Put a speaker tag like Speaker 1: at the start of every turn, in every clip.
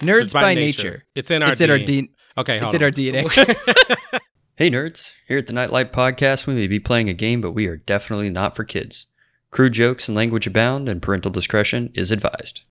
Speaker 1: Nerds by, nature.
Speaker 2: It's in our
Speaker 1: it's in our
Speaker 2: DNA.
Speaker 1: D-
Speaker 2: Okay,
Speaker 1: it's
Speaker 2: hold
Speaker 1: in our
Speaker 2: on.
Speaker 1: DNA.
Speaker 3: Hey nerds, here at the Nightlight Podcast, we may be playing a game, but we are definitely not for kids. Crude jokes and language abound, and parental discretion is advised.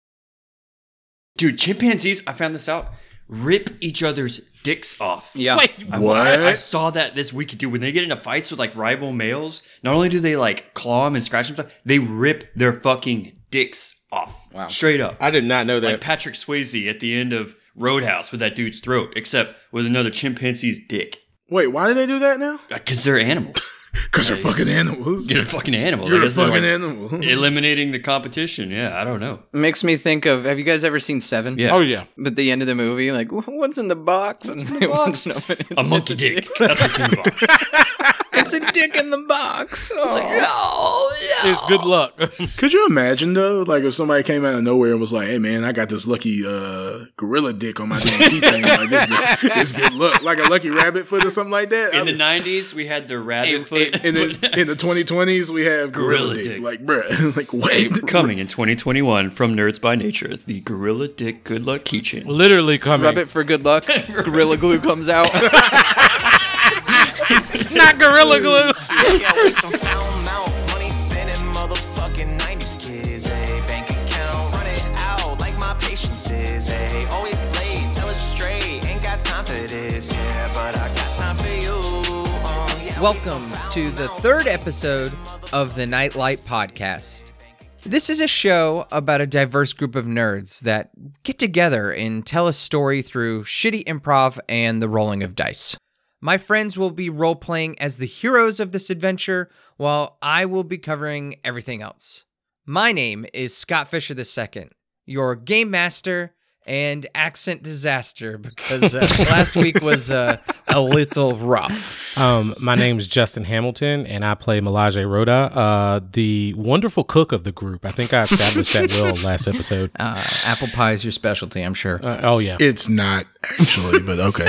Speaker 3: Dude, chimpanzees, I found this out, rip each other's dicks off.
Speaker 4: Yeah.
Speaker 2: Wait,
Speaker 3: I- I, I saw that this week, dude. When they get into fights with like rival males, not only do they like claw them and scratch them, stuff, they rip their fucking dicks off.
Speaker 4: Wow.
Speaker 3: Straight up.
Speaker 2: I did not know that.
Speaker 3: like Patrick Swayze at the end of Roadhouse with that dude's throat, except with another chimpanzee's dick.
Speaker 5: Wait, why do they do that now?
Speaker 3: Because they're animals.
Speaker 5: Because they're fucking animals.
Speaker 3: You're a fucking animal. I
Speaker 5: You're a
Speaker 3: guess they're,
Speaker 5: fucking
Speaker 3: like,
Speaker 5: animal.
Speaker 3: Eliminating the competition. Yeah, I don't know.
Speaker 4: Makes me think of Have you guys ever seen Seven?
Speaker 3: Yeah.
Speaker 5: Oh yeah.
Speaker 4: But the end of the movie, like, "Wh- what's in the box? And it was no- it's-
Speaker 3: a monkey
Speaker 4: it's
Speaker 3: dick. That's what's in the box.
Speaker 4: It's a dick in the box. Oh.
Speaker 2: It's good luck.
Speaker 5: Could you imagine though, like if somebody came out of nowhere and was like, "Hey man, I got this lucky uh, gorilla dick on my damn keychain. Like this good, this good luck, like a lucky rabbit foot or something like that."
Speaker 3: In the
Speaker 5: I-
Speaker 3: '90s, we had the rabbit foot.
Speaker 5: in the in the 2020s, we have
Speaker 3: Gorilla
Speaker 5: gorilla, dick.
Speaker 3: dick.
Speaker 5: Like, bruh, like wait,
Speaker 3: Coming in 2021 from Nerds by Nature, the Gorilla Dick Good Luck Keychain.
Speaker 2: Literally coming.
Speaker 4: Rub it for good luck. Gorilla glue comes out.
Speaker 2: Not gorilla glue.
Speaker 6: Yeah, we some foul mouth, money spinning motherfucking 90s kids, ayy. Bank account running out like my patience is, ayy. Always late, tell it straight, ain't got time for this, yeah, but I got time for you. uh, yeah, we some
Speaker 1: Welcome
Speaker 6: foul
Speaker 1: to the
Speaker 6: mouth,
Speaker 1: third episode of the Nightlight Podcast. This is a show about a diverse group of nerds that get together and tell a story through shitty improv and the rolling of dice. My friends will be role playing as the heroes of this adventure, while I will be covering everything else. My name is Scott Fisher II, your game master and accent disaster, because uh, last week was uh, a little rough.
Speaker 2: Um, my name's Justin Hamilton, and I play Melage Rhoda, uh, the wonderful cook of the group. I think I established that well last episode.
Speaker 1: Uh, apple pie is your specialty, I'm sure.
Speaker 2: Uh, oh yeah,
Speaker 5: it's not actually, but okay,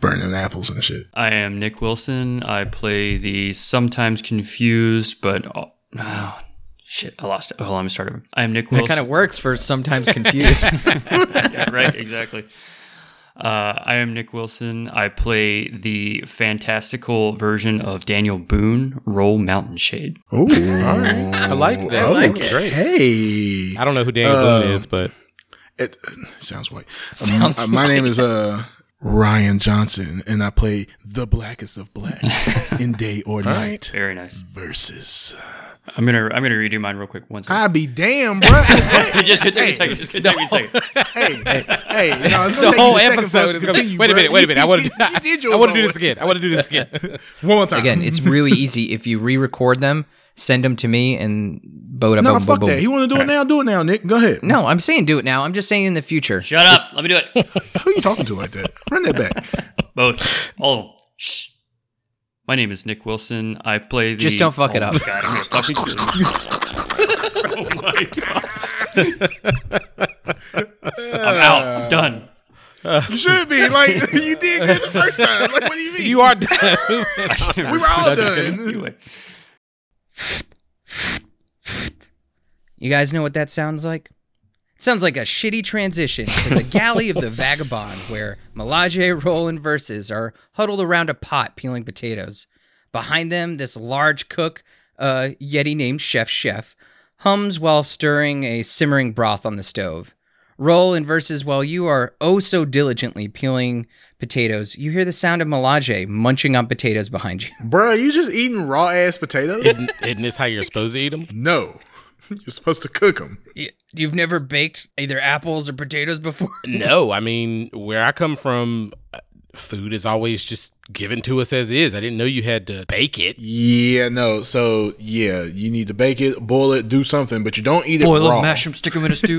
Speaker 5: burning apples and shit.
Speaker 3: I am Nick Wilson. I play the sometimes confused, but oh, ah, shit, I lost it. Hold on, let me start over. I am Nick
Speaker 1: That
Speaker 3: Wilson.
Speaker 1: kind of works for sometimes confused.
Speaker 3: yeah, right, exactly. Uh, I am Nick Wilson. I play the fantastical version of Daniel Boone, Roll Mountain Shade.
Speaker 5: Oh, I
Speaker 2: like that. Um, I like it. Oh, Great.
Speaker 5: Hey,
Speaker 2: I don't know who Daniel
Speaker 5: Uh,
Speaker 2: Boone is, but
Speaker 5: It sounds white.
Speaker 1: Sounds
Speaker 5: Um, uh, my name is uh Ryan Johnson, and I play the blackest of black in day or night
Speaker 3: Very nice.
Speaker 5: versus.
Speaker 3: I'm gonna I'm gonna redo mine real quick. One second.
Speaker 5: I be damn, bro. hey,
Speaker 3: just gonna take a second. Just gonna take a second.
Speaker 5: hey, hey, no, it's gonna
Speaker 2: the
Speaker 5: take
Speaker 2: whole
Speaker 5: you a second
Speaker 2: episode
Speaker 5: for us to
Speaker 2: is gonna.
Speaker 5: continue,
Speaker 2: wait a
Speaker 5: bro.
Speaker 2: minute, wait a minute. I want
Speaker 5: You
Speaker 2: to.
Speaker 5: did- you did
Speaker 2: I
Speaker 5: yours
Speaker 2: want to do this
Speaker 5: already.
Speaker 2: again. I want to do this again.
Speaker 5: one more time.
Speaker 1: Again, it's really easy if you re-record them, send them to me, and boda
Speaker 5: no,
Speaker 1: boom,
Speaker 5: fuck
Speaker 1: boom,
Speaker 5: that. He
Speaker 1: boom.
Speaker 5: want to do it now. Do it now, Nick. Go ahead.
Speaker 1: No, I'm saying do it now. I'm just saying in the future.
Speaker 3: Shut up. Let me do it.
Speaker 5: Who you talking to like that? Run that back.
Speaker 3: Both. All of them. Shh. My name is Nick Wilson. I play the.
Speaker 1: Just don't fuck it
Speaker 3: Oh
Speaker 1: up.
Speaker 3: my God, I'm gonna fucking kill you. oh my god. I'm out. I'm done.
Speaker 5: You should be like you did good the first time. Like, what do you mean?
Speaker 2: you are done.
Speaker 5: We were all done.
Speaker 3: Anyway.
Speaker 1: You guys know what that sounds like? It sounds like a shitty transition to the galley of the vagabond, where Melage, Roll, and Verses are huddled around a pot peeling potatoes. Behind them, this large cook, a uh, yeti named Chef Chef, hums while stirring a simmering broth on the stove. Roll and Verses, while you are oh so diligently peeling potatoes, you hear the sound of Melage munching on potatoes behind you.
Speaker 5: Bro, you just eating raw ass potatoes?
Speaker 2: Isn't, isn't this how you're supposed to eat them?
Speaker 5: No. You're supposed to cook them.
Speaker 1: Y- You've never baked either apples or potatoes before?
Speaker 2: No, I mean where I come from, uh, food is always just given to us as is. I didn't know you had to bake it.
Speaker 5: Yeah, no. So, yeah, you need to bake it, boil it, do something, but you don't eat it
Speaker 3: Boil
Speaker 5: raw.
Speaker 3: them, mash them, stick them in a stew.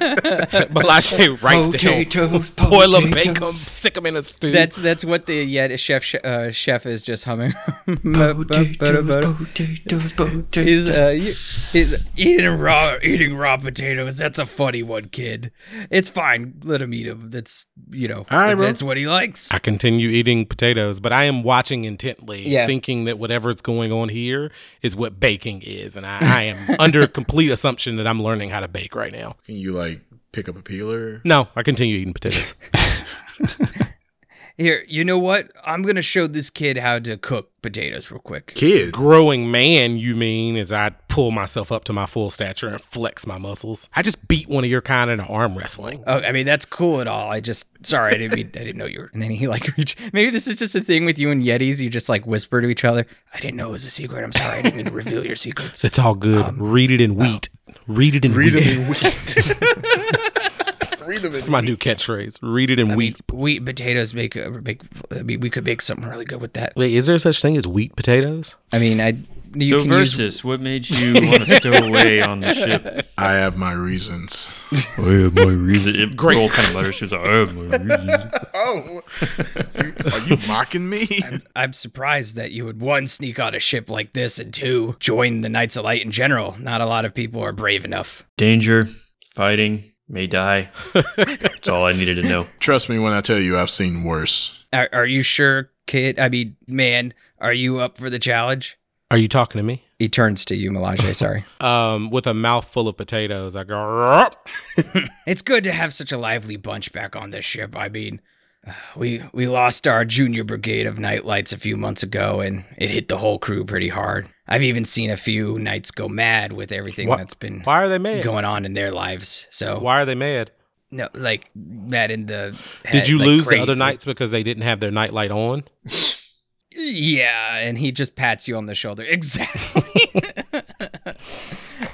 Speaker 2: Malache writes to him.
Speaker 3: potatoes,
Speaker 2: Boil them, bake
Speaker 3: potatoes.
Speaker 2: them, stick them in a stew.
Speaker 1: That's that's what the yet chef sh- uh, chef is just humming.
Speaker 3: Potatoes, potatoes, potatoes.
Speaker 1: He's, uh, you- he's eating raw eating raw potatoes. That's a funny one, kid. It's fine. Let him eat them. That's you know
Speaker 5: right,
Speaker 1: if
Speaker 5: bro.
Speaker 1: that's what he likes.
Speaker 2: I continue eating potatoes, but I am watching intently,
Speaker 1: Yeah.
Speaker 2: thinking that whatever's going on here is what baking is, and I, I am under complete assumption that I'm learning how to bake right now.
Speaker 5: Can you, like, pick up a peeler?
Speaker 2: No, I continue eating potatoes.
Speaker 1: Here, you know what? I'm gonna show this kid how to cook potatoes real quick.
Speaker 5: Kid,
Speaker 2: Growing man, you mean, as I pull myself up to my full stature and flex my muscles. I just beat one of your kind in arm wrestling.
Speaker 1: Oh, I mean that's cool and all. I just sorry, I didn't mean, I didn't know you were. And then he like reach. Maybe this is just a thing with you and Yetis. You just like whisper to each other. I didn't know it was a secret. I'm sorry. I didn't mean to reveal your secrets.
Speaker 2: It's all good. Read it in wheat. Read it in
Speaker 5: read
Speaker 2: wheat.
Speaker 5: them in wheat. read them in
Speaker 2: It's my new catchphrase. Read it in wheat.
Speaker 1: Wheat and potatoes make uh, make. I mean, we could make something really good with that.
Speaker 2: Wait, is there such thing as wheat potatoes?
Speaker 1: I mean, I you
Speaker 3: so
Speaker 1: can
Speaker 3: versus,
Speaker 1: use.
Speaker 3: what made you want to stow away on the ship?
Speaker 5: I have my reasons.
Speaker 3: I have my reason. Great. Girl kind of letters. She was like, I have my reason.
Speaker 5: oh, you, are you mocking me?
Speaker 1: I'm surprised that you would one sneak on a ship like this and two join the Knights of Light in general. Not a lot of people are brave enough.
Speaker 3: Danger, fighting, may die. That's all I needed to know.
Speaker 5: Trust me when I tell you, I've seen worse.
Speaker 1: Are, are you sure, kid? I mean, man, are you up for the challenge?
Speaker 2: Are you talking to me?
Speaker 1: He turns to you, Melage. Sorry.
Speaker 2: Um, with a mouthful of potatoes, I go. "Rup."
Speaker 1: It's good to have such a lively bunch back on this ship. I mean, uh, we we lost our junior brigade of nightlights a few months ago, and it hit the whole crew pretty hard. I've even seen a few knights go mad with everything
Speaker 2: Wha-
Speaker 1: that's been
Speaker 2: Why are they mad?
Speaker 1: going on in their lives. So
Speaker 2: Why are they mad?
Speaker 1: no, like mad in the.
Speaker 2: Did
Speaker 1: head,
Speaker 2: you
Speaker 1: like,
Speaker 2: lose the
Speaker 1: crazy.
Speaker 2: other nights because they didn't have their nightlight on?
Speaker 1: Yeah, and he just pats you on the shoulder. Exactly.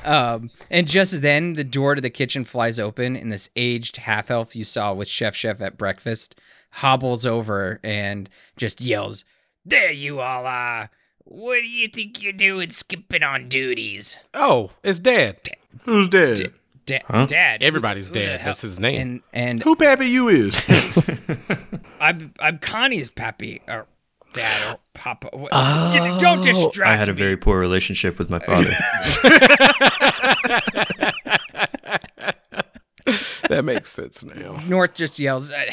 Speaker 1: um, and just then, the door to the kitchen flies open, and this aged half elf you saw with Chef Chef at breakfast hobbles over and just yells, There you all are. What do you think you're doing skipping on duties?
Speaker 2: Oh, it's dad.
Speaker 5: Who's dead?
Speaker 1: Da-
Speaker 3: Huh?
Speaker 1: Dad. who-
Speaker 2: Everybody's
Speaker 1: who the
Speaker 2: dad.
Speaker 1: hell-
Speaker 2: That's his name.
Speaker 1: And, and
Speaker 5: Who Pappy you is?
Speaker 1: I'm, I'm Connie's pappy, or dad, or papa. Oh, Don't distract me.
Speaker 3: I had a very poor relationship with my father.
Speaker 2: that makes sense now.
Speaker 1: North just yells, I,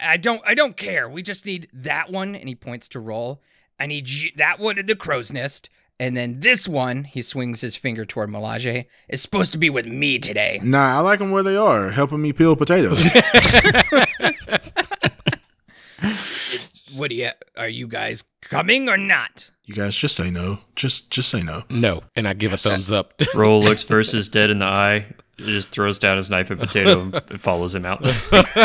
Speaker 1: "I don't, I don't care. We just need that one." And he points to roll. I need you, that one in the crow's nest, and then this one. He swings his finger toward Melage. Is supposed to be with me today.
Speaker 5: Nah, I like them where they are, helping me peel potatoes.
Speaker 1: What do you? Are you guys coming or not?
Speaker 5: you guys just say no. Just just say no.
Speaker 2: No, and I give a thumbs up.
Speaker 3: Roll looks versus dead in the eye. Just throws down his knife and potato and follows him out.
Speaker 5: You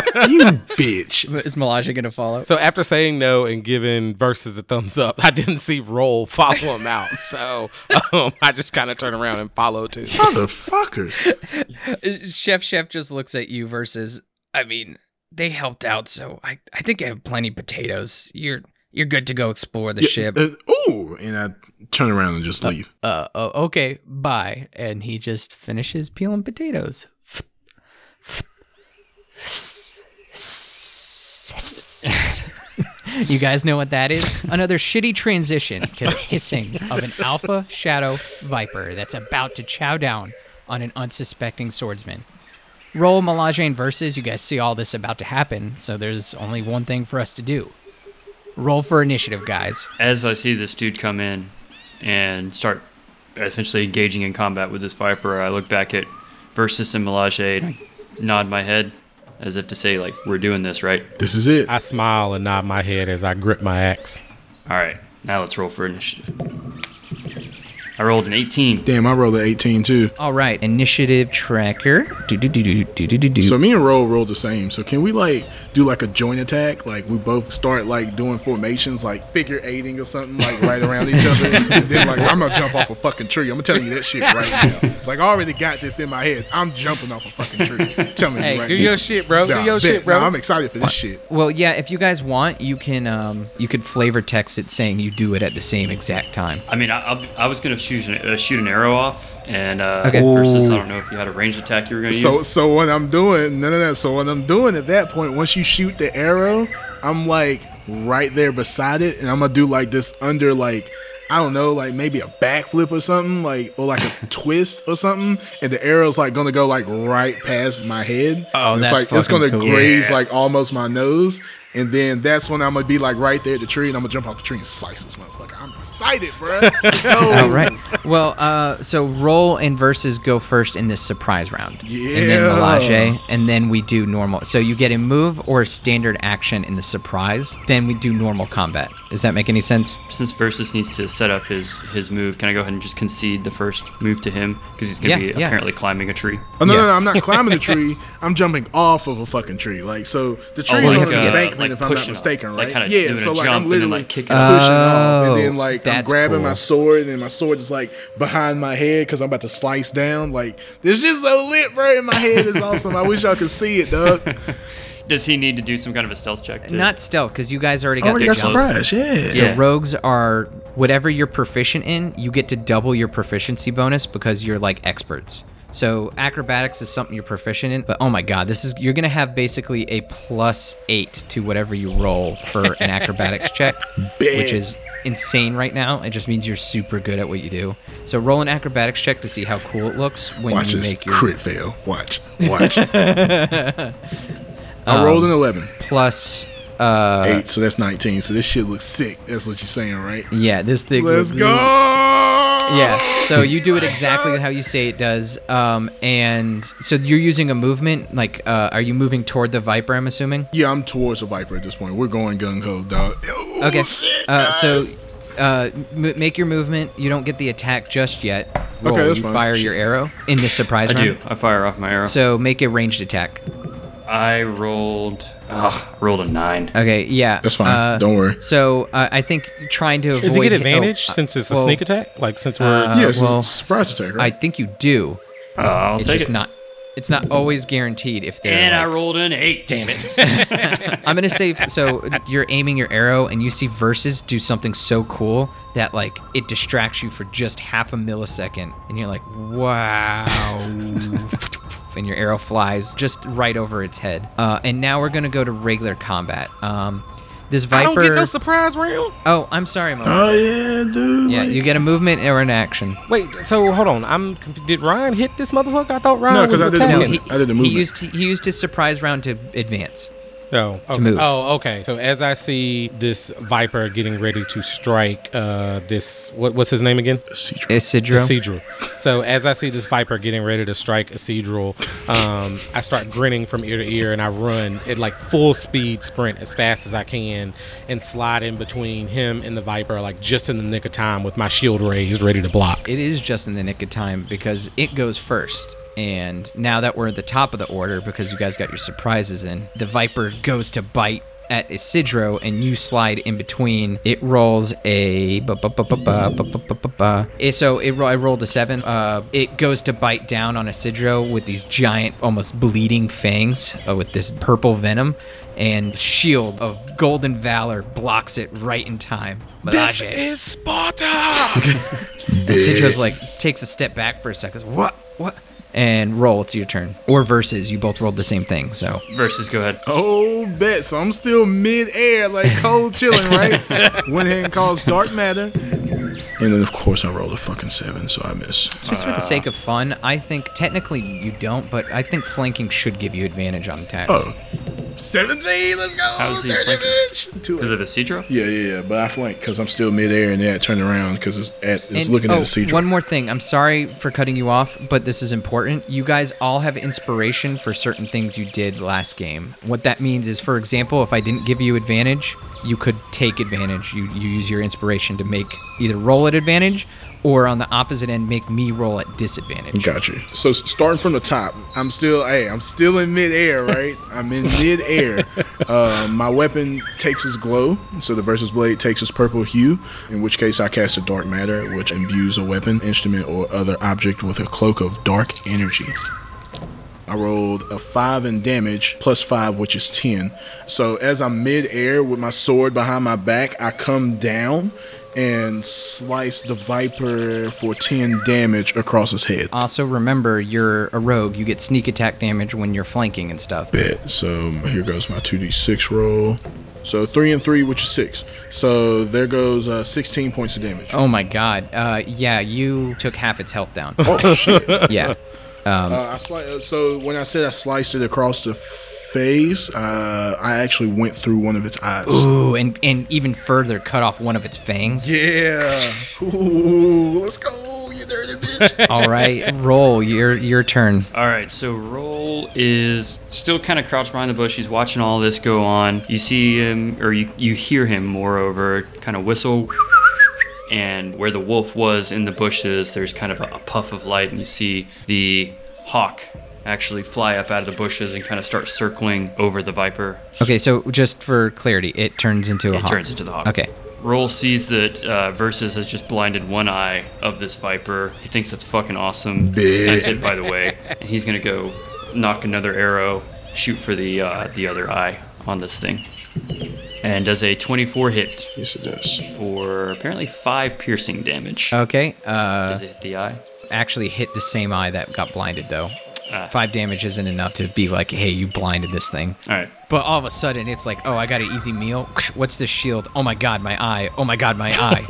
Speaker 5: bitch.
Speaker 1: Is Melage gonna follow?
Speaker 2: so after saying no and giving versus a thumbs up, I didn't see roll follow him out. So um, I just kind of turn around and follow too.
Speaker 5: Motherfuckers.
Speaker 1: Chef Chef just looks at you. Versus, I mean, they helped out, so I, I think I have plenty of potatoes. You're, you're good to go explore the ship.
Speaker 5: Uh, ooh, and I turn around and just leave.
Speaker 7: uh, oh, okay, bye. And he just finishes peeling potatoes. you guys know what that is? Another shitty transition to the hissing of an alpha shadow viper that's about to chow down on an unsuspecting swordsman. Roll Melage and versus, you guys see all this about to happen, so there's only one thing for us to do. Roll for initiative, guys.
Speaker 3: As I see this dude come in and start essentially engaging in combat with this viper, I look back at Versus and Melage and I nod my head as if to say, like, we're doing this, right?
Speaker 5: This is it.
Speaker 2: I smile and nod my head as I grip my axe.
Speaker 3: All right, now let's roll for initiative. I rolled an 18.
Speaker 5: Damn, I rolled an 18 too.
Speaker 1: All right, initiative tracker. Do do do do do do do do.
Speaker 5: So me and Roll rolled the same. So can we like do like a joint attack? Like we both start like doing formations, like figure eighting or something, like right around each other. And then like I'm gonna jump off a fucking tree. I'm gonna tell you that shit right now. Like I already got this in my head. I'm jumping off a fucking tree. Tell me right now.
Speaker 2: shit, bro.
Speaker 5: Nah, bet. Nah, I'm excited for this shit.
Speaker 1: Well, yeah. If you guys want, you can um you could flavor text it saying you do it at the same exact time.
Speaker 3: I mean, I, I'll be- I was going to shoot an, uh, shoot an arrow off, and uh,
Speaker 1: Okay.
Speaker 3: Versus, I don't know if you had a ranged attack you were going to
Speaker 5: So
Speaker 3: use.
Speaker 5: so what I'm doing, no no no. So what I'm doing at that point, once you shoot the arrow, I'm like right there beside it, and I'm gonna do like this under like I don't know, like maybe a backflip or something, like or like a twist or something, and the arrow's like gonna go like right past my head.
Speaker 1: Oh,
Speaker 5: And it's
Speaker 1: that's
Speaker 5: like it's
Speaker 1: fucking
Speaker 5: gonna
Speaker 1: cool.
Speaker 5: graze like almost my nose, And then that's when I'm gonna be like right there at the tree, and I'm gonna jump off the tree and slice this motherfucker. I'm excited, bro. Let's go.
Speaker 3: All right.
Speaker 1: Well, uh, so roll and versus go first in this surprise round. And then
Speaker 5: Yeah.
Speaker 1: Melage, and then we do normal. So you get a move or a standard action in the surprise, then we do normal combat. Does that make any sense?
Speaker 3: Since Versus needs to set up his his move, can I go ahead and just concede the first move to him because he's gonna
Speaker 1: Yeah,
Speaker 3: be
Speaker 1: yeah.
Speaker 3: apparently climbing a tree?
Speaker 5: Oh no,
Speaker 1: Yeah.
Speaker 5: no, no! I'm not climbing the tree. I'm jumping off of a fucking tree. Like so, the tree's
Speaker 3: like,
Speaker 5: on an
Speaker 3: uh,
Speaker 5: embankment,
Speaker 3: like
Speaker 5: if I'm not
Speaker 3: pushing off,
Speaker 5: mistaken,
Speaker 3: like
Speaker 5: right?
Speaker 3: kinda
Speaker 5: yeah.
Speaker 3: doing
Speaker 5: So
Speaker 3: a
Speaker 5: like
Speaker 3: jump and
Speaker 5: I'm
Speaker 3: then,
Speaker 5: literally
Speaker 3: like, kicking
Speaker 5: pushing
Speaker 1: up.
Speaker 5: off,
Speaker 1: Oh,
Speaker 5: and then like I'm
Speaker 1: that's
Speaker 5: grabbing my
Speaker 1: cool.
Speaker 5: sword, and my sword is like behind my head because I'm about to slice down. Like this is so lit, bro. In my head is awesome. I wish y'all could see it, Doug.
Speaker 3: Does he need to do some kind of a stealth check? To,
Speaker 1: Not stealth, because you guys already
Speaker 5: Oh, I
Speaker 1: got
Speaker 5: already
Speaker 1: the
Speaker 5: got
Speaker 1: jump.
Speaker 5: surprised. Yeah.
Speaker 1: So
Speaker 3: Yeah.
Speaker 1: rogues are whatever you're proficient in, you get to double your proficiency bonus because you're like experts. So acrobatics is something you're proficient in, but oh my god, this is you're gonna have basically a plus eight to whatever you roll for an acrobatics check, which is insane right now. It just means you're super good at what you do. So roll an acrobatics check to see how cool it looks when
Speaker 5: Watch
Speaker 1: you
Speaker 5: this
Speaker 1: make your
Speaker 5: crit fail. Watch, watch. I rolled
Speaker 3: Um,
Speaker 5: an eleven,
Speaker 1: plus. Uh,
Speaker 5: eight, so that's nineteen. So this shit looks sick. That's what you're saying, right?
Speaker 1: yeah, this thing.
Speaker 5: Let's
Speaker 1: was-
Speaker 5: go.
Speaker 1: Yeah. So you do it exactly how you say it does. Um, and so you're using a movement. Like, uh, are you moving toward the viper? I'm assuming.
Speaker 5: Yeah, I'm towards the Viper at this point. We're going gung ho, dog. Oh,
Speaker 1: Okay.
Speaker 5: shit,
Speaker 1: Uh, so.
Speaker 5: guys.
Speaker 1: Uh, m- make your movement. You don't get the attack just yet. Roll.
Speaker 5: that's
Speaker 1: you
Speaker 5: fine.
Speaker 1: fire your arrow in the surprise
Speaker 3: I do.
Speaker 1: round.
Speaker 3: I fire off my arrow.
Speaker 1: So make a ranged attack.
Speaker 3: I rolled. Ugh, rolled a nine.
Speaker 1: Okay, yeah.
Speaker 5: That's fine.
Speaker 1: Uh,
Speaker 5: Don't worry.
Speaker 1: So uh, I think trying to avoid.
Speaker 2: Is it
Speaker 1: hit-
Speaker 2: get
Speaker 1: oh,
Speaker 2: advantage
Speaker 1: uh,
Speaker 2: since it's a
Speaker 1: well,
Speaker 2: sneak attack? Like since we're
Speaker 5: yeah, it's
Speaker 1: uh, well,
Speaker 5: a surprise attack,
Speaker 1: I
Speaker 5: right?
Speaker 1: think you do.
Speaker 3: Uh, I'll
Speaker 1: It's
Speaker 3: take
Speaker 1: just
Speaker 3: it.
Speaker 1: not. It's not always guaranteed if they're.
Speaker 3: and I
Speaker 1: like-
Speaker 3: rolled an eight. Damn it.
Speaker 1: I'm gonna say so you're aiming your arrow and you see verses do something so cool that like it distracts you for just half a millisecond and you're like wow and your arrow flies just right over its head uh, and now we're gonna go to regular combat um, this
Speaker 2: I
Speaker 1: viper
Speaker 2: don't get no surprise round.
Speaker 1: oh I'm sorry Mo.
Speaker 5: oh yeah, dude.
Speaker 1: yeah
Speaker 5: like-
Speaker 1: you get a movement or an action
Speaker 2: Wait, so hold on. I'm conf- did Ryan hit this motherfucker? I thought Ryan
Speaker 5: No, 'cause
Speaker 2: was
Speaker 5: I didn't
Speaker 2: attacking.
Speaker 1: no
Speaker 5: movement.
Speaker 1: he,
Speaker 5: I did a
Speaker 1: he
Speaker 5: movement.
Speaker 1: used he used his surprise round to advance
Speaker 2: Oh, okay.
Speaker 1: move.
Speaker 2: Oh, okay. So as I see this viper getting ready to strike uh this what, what's his name again?
Speaker 5: Cedro.
Speaker 1: Isidro
Speaker 2: Acedral. So as I see this viper getting ready to strike Acedral, um, I start grinning from ear to ear and I run at like full speed sprint as fast as I can and slide in between him and the viper like just in the nick of time with my shield raised ready to block.
Speaker 1: it is just in the nick of time because it goes first. And now that we're at the top of the order, because you guys got your surprises in, the Viper goes to bite at Isidro, and you slide in between. It rolls a. ba- ba- ba- ba- ba- ba- ba- ba- ba- ba. Eh, So it ro- I rolled a seven. Uh, it goes to bite down on Isidro with these giant, almost bleeding fangs uh, with this purple venom. And Shield of Golden Valor blocks it right in time. Melage.
Speaker 2: Sparta.
Speaker 1: And Citro's like takes a step back for a second. What? What? And roll. It's your turn. Or versus. You both rolled the same thing. So
Speaker 3: Versus, go ahead.
Speaker 5: Oh bet. So I'm still mid air, like cold chilling, right? One hand calls dark matter. And then of course I rolled a fucking seven, so I miss.
Speaker 1: just for the sake of fun, I think technically you don't, but I think flanking should give you advantage on attacks.
Speaker 5: Oh. Seventeen, let's go.
Speaker 3: How's he
Speaker 5: 30,
Speaker 3: flanking?
Speaker 5: bitch. Too
Speaker 3: Is
Speaker 5: late.
Speaker 3: it a Cedro?
Speaker 5: Yeah, yeah, yeah. But I flank because I'm still mid air and then I turn around because it's at it's
Speaker 1: And-
Speaker 5: looking
Speaker 1: oh,
Speaker 5: at Cedro.
Speaker 1: One more thing. I'm sorry for cutting you off, but this is important. You guys all have inspiration for certain things you did last game. What that means is, for example, if I didn't give you advantage, you could take advantage. You, you use your inspiration to make either roll at advantage or on the opposite end, make me roll at disadvantage.
Speaker 5: Got you. So s- starting from the top, I'm still hey, I'm still in midair, right? I'm in midair. Uh, my weapon takes its glow, so the versus blade takes its purple hue. In which case, I cast a dark matter, which imbues a weapon, instrument, or other object with a cloak of dark energy. I rolled a five in damage, plus five, which is ten. So as I'm midair with my sword behind my back, I come down and slice the viper for ten damage across his head.
Speaker 1: Also, remember, you're a rogue. You get sneak attack damage when you're flanking and stuff.
Speaker 5: Bet. So here goes my 2d6 roll. So three and three, which is six. So there goes uh, 16 points of damage.
Speaker 1: Oh my god. Uh, yeah, you took half its health down.
Speaker 5: Oh, shit.
Speaker 1: yeah.
Speaker 5: Uh, I sli- uh, so when I said I sliced it across the phase, uh, I actually went through one of its eyes.
Speaker 1: Ooh, and, and even further, cut off one of its fangs.
Speaker 5: Yeah. Ooh, let's go, you dirty bitch.
Speaker 1: All right, roll your your turn.
Speaker 3: All right, so Roll is still kind of crouched behind the bush. He's watching all this go on. You see him, or you, you hear him, moreover, kind of whistle. And where the wolf was in the bushes, there's kind of a, a puff of light, and you see the hawk actually fly up out of the bushes and kind of start circling over the viper.
Speaker 1: Okay, so just for clarity, it turns into a
Speaker 3: It
Speaker 1: hawk.
Speaker 3: turns into the hawk.
Speaker 1: Okay.
Speaker 3: Roll sees that uh, Versus has just blinded one eye of this Viper. He thinks that's fucking awesome.
Speaker 5: Bitch.
Speaker 3: Nice hit, by the way. And he's gonna go knock another arrow, shoot for the uh, the other eye on this thing, and does a 24 hit
Speaker 5: yes, it does.
Speaker 3: for apparently five piercing damage.
Speaker 1: Okay. Uh,
Speaker 3: does it hit the eye?
Speaker 1: actually hit the same eye that got blinded though.
Speaker 3: Ah.
Speaker 1: Five damage isn't enough to be like, hey, you blinded this thing.
Speaker 3: All right.
Speaker 1: But all of a sudden, it's like, oh, I got an easy meal. What's this shield? Oh my god, my eye. Oh my god, my eye.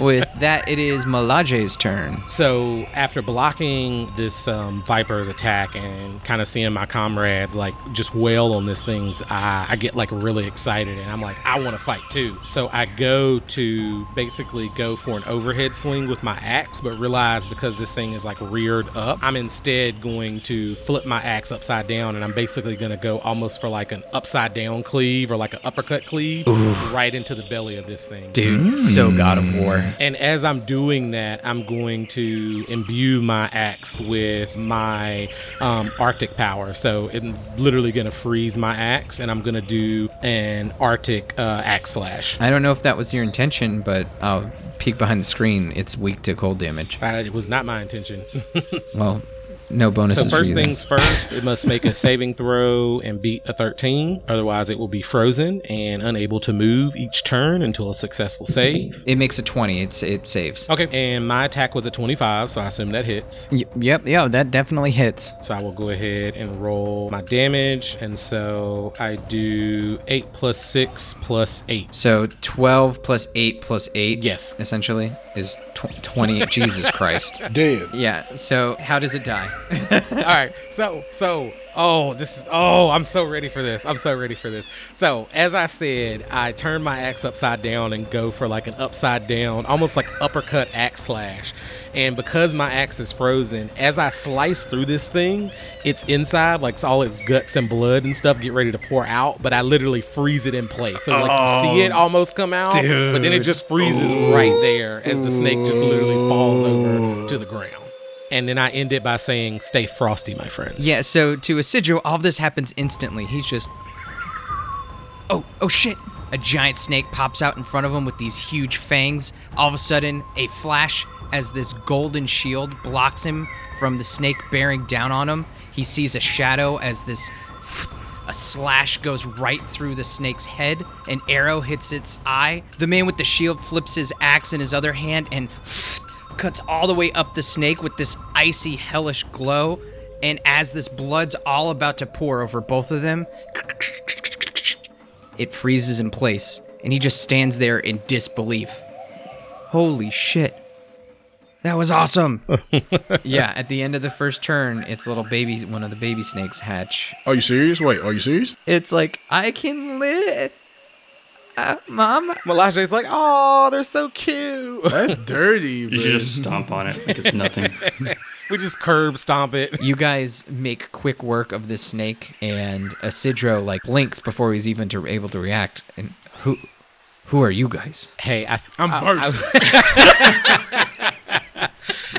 Speaker 1: With that, it is Malaje's turn.
Speaker 2: So after blocking this um, Viper's attack and kind of seeing my comrades like just wail on this thing's eye, I get like really excited and I'm like, I want to fight too. So I go to basically go for an overhead swing with my axe, but realize because this thing is like reared up, I'm instead going to flip my axe upside down and I'm basically going to go almost for like an upside down cleave or like an uppercut cleave right into the belly of this thing.
Speaker 1: Dude, so
Speaker 2: Hmm.
Speaker 1: God of War.
Speaker 2: And as I'm doing that, I'm going to imbue my axe with my um, Arctic power. So I'm literally going to freeze my axe, and I'm going to do an Arctic uh, axe slash.
Speaker 1: I don't know if that was your intention, but I'll peek behind the screen. It's weak to cold damage.
Speaker 2: Uh, it was not my intention.
Speaker 1: Well, no bonuses.
Speaker 2: so first
Speaker 1: for you then.
Speaker 2: things first, it must make a saving throw and beat a 13. Otherwise, it will be frozen and unable to move each turn until a successful save.
Speaker 1: it makes a twenty. It's it saves.
Speaker 2: Okay, and my attack was a 25, so I assume that hits.
Speaker 1: Y- yep, yeah, that definitely hits.
Speaker 2: So I will go ahead and roll my damage. And so I do 8 plus 6 plus 8.
Speaker 1: So 12 plus 8 plus 8.
Speaker 2: Yes.
Speaker 1: Essentially is tw- 20. Jesus Christ.
Speaker 5: Dead.
Speaker 1: Yeah. So how does it die?
Speaker 2: All right. So, so, oh, this is, oh, I'm so ready for this. I'm so ready for this. So, as I said, I turn my axe upside down and go for like an upside down, almost like uppercut axe slash. And because my axe is frozen, as I slice through this thing, it's inside, like all its guts and blood and stuff get ready to pour out, but I literally freeze it in place. So, like, you see it almost come out, but then it just freezes right there as the snake just literally falls over to the ground. And then I end it by saying, "Stay frosty, my friends."
Speaker 1: yeah. So to Assiduo, all this happens instantly. He's just. Oh, oh shit. A giant snake pops out in front of him with these huge fangs. All of a sudden, a flash as this golden shield blocks him from the snake bearing down on him. He sees a shadow as this A slash goes right through the snake's head. An arrow hits its eye. The man with the shield flips his axe in his other hand and cuts all the way up the snake with this icy, hellish glow. And as this blood's all about to pour over both of them, it freezes in place. And he just stands there in disbelief. Holy shit. That was awesome. yeah, at the end of the first turn, its little baby, one of the baby snakes hatch
Speaker 5: Are you serious? Wait, are you serious?
Speaker 1: it's like I can live, uh, Mom.
Speaker 2: Melaje's like, "Oh, they're so cute."
Speaker 5: That's dirty,
Speaker 3: You
Speaker 5: bro.
Speaker 3: should just stomp on it like it's nothing.
Speaker 2: we just curb stomp it.
Speaker 1: You guys make quick work of this snake, and Asidro like blinks before he's even to, able to react. And who, who are you guys?
Speaker 2: Hey, I, th-
Speaker 5: I'm versus.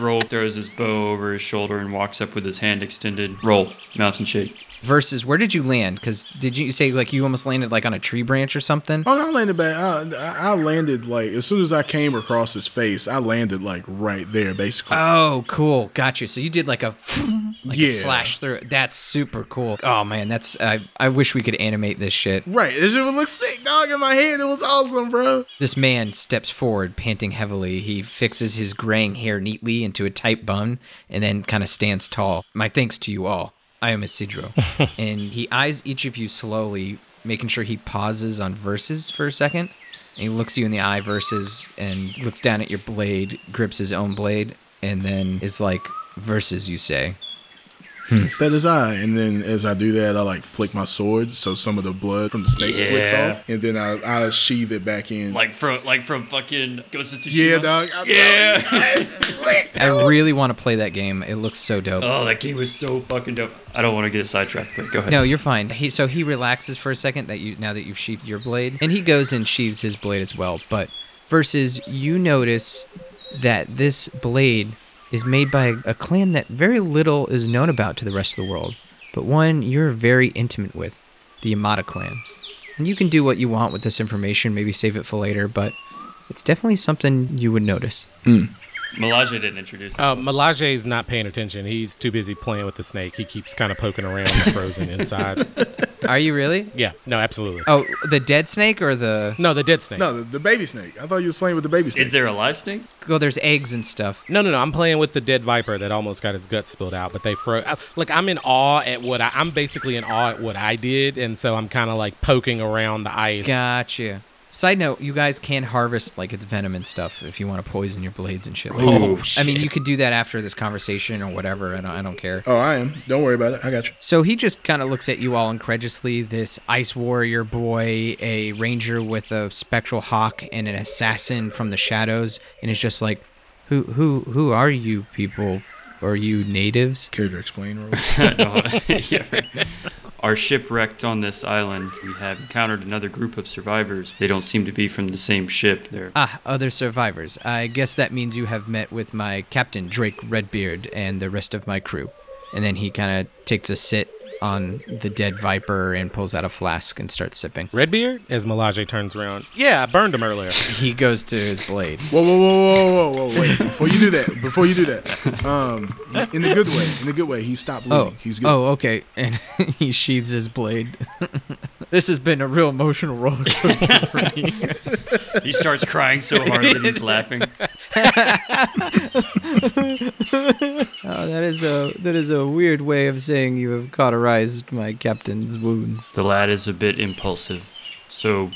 Speaker 3: Roll throws his bow over his shoulder and walks up with his hand extended. Roll mountain shake.
Speaker 1: Versus where did you land? Because did you say like you almost landed like on a tree branch or something?
Speaker 5: Oh, no, I landed back. I, I I landed like as soon as I came across his face, I landed like right there, basically.
Speaker 3: Uh,
Speaker 1: Oh, cool. Gotcha. So you did like a like
Speaker 5: Yeah.
Speaker 1: a slash through. it. That's super cool. Oh man, that's I. I wish we could animate this shit.
Speaker 5: right, it just looked sick, dog, in my head. It was awesome, bro.
Speaker 1: This man steps forward, panting heavily. He fixes his graying hair neatly into a tight bun and then kind of stands tall. My thanks to you all. I am Isidro. and he eyes each of you slowly, making sure he pauses on verses for a second. And he looks you in the eye, verses, and looks down at your blade, grips his own blade, and then is like, Verses, you say.
Speaker 5: That is I. And then as I do that, I like flick my sword so some of the blood from the snake flicks
Speaker 3: Yeah.
Speaker 5: off, and then I, I sheathe it back in.
Speaker 3: Like from like from fucking Ghost of Tsushima.
Speaker 5: yeah, dog. I-
Speaker 3: Yeah.
Speaker 1: I really want to play that game. It looks so dope.
Speaker 3: Oh, that game was so fucking dope. I don't want to get sidetracked, but go ahead.
Speaker 1: No, you're fine. He so he relaxes for a second that you now that you've sheathed your blade, and he goes and sheathes his blade as well. But versus you notice that this blade is made by a clan that very little is known about to the rest of the world, but one you're very intimate with, the Yamada clan. And you can do what you want with this information, maybe save it for later, but it's definitely something you would notice.
Speaker 3: Melage didn't introduce it.
Speaker 2: Uh, Melage's not paying attention. He's too busy playing with the snake. He keeps kind of poking around the frozen insides.
Speaker 1: Are you really?
Speaker 2: Yeah, no, absolutely.
Speaker 1: Oh, the dead snake or the
Speaker 2: No, the dead snake.
Speaker 5: No, the, the baby snake. I thought you was playing with the baby snake.
Speaker 3: Is there a live snake?
Speaker 1: well, there's eggs and stuff.
Speaker 2: No, no, no. I'm playing with the dead viper that almost got its guts spilled out, but they froze. Like I'm in awe at what I, I'm basically in awe at what I did, and so I'm kind of like poking around the ice.
Speaker 1: Gotcha. Side note, you guys can harvest like its venom and stuff if you want to poison your blades and shit. Like that.
Speaker 2: Oh,
Speaker 1: I mean, you could do that after this conversation or whatever. I don't, I don't care.
Speaker 5: oh, I am. Don't worry about it. I got you.
Speaker 1: So he just kind of looks at you all incredulously. This ice warrior boy, a ranger with a spectral hawk, and an assassin from the shadows, and is just like, "Who, who, who are you people? Are you natives?"
Speaker 5: Care to explain? Rory?
Speaker 3: No. Yeah, right. Are shipwrecked on this island. We have encountered another group of survivors. They don't seem to be from the same ship. They're
Speaker 1: Ah, other survivors. I guess that means you have met with my captain, Drake Redbeard, and the rest of my crew. And then he kind of takes a sit on the dead viper and pulls out a flask and starts sipping.
Speaker 2: Redbeard, as Melage turns around. Yeah, I burned him earlier.
Speaker 1: He goes to his blade.
Speaker 5: Whoa, whoa, whoa, whoa, whoa, whoa! Wait before you do that. Before you do that, um, in a good way, in a good way, he stopped bleeding.
Speaker 1: Oh,
Speaker 5: He's good.
Speaker 1: oh, okay. And he sheathes his blade. this has been a real emotional roller coaster for me.
Speaker 3: He starts crying so hard that he's laughing.
Speaker 1: Oh, that is a that is a weird way of saying you have cauterized my captain's wounds.
Speaker 3: The lad is a bit impulsive. So,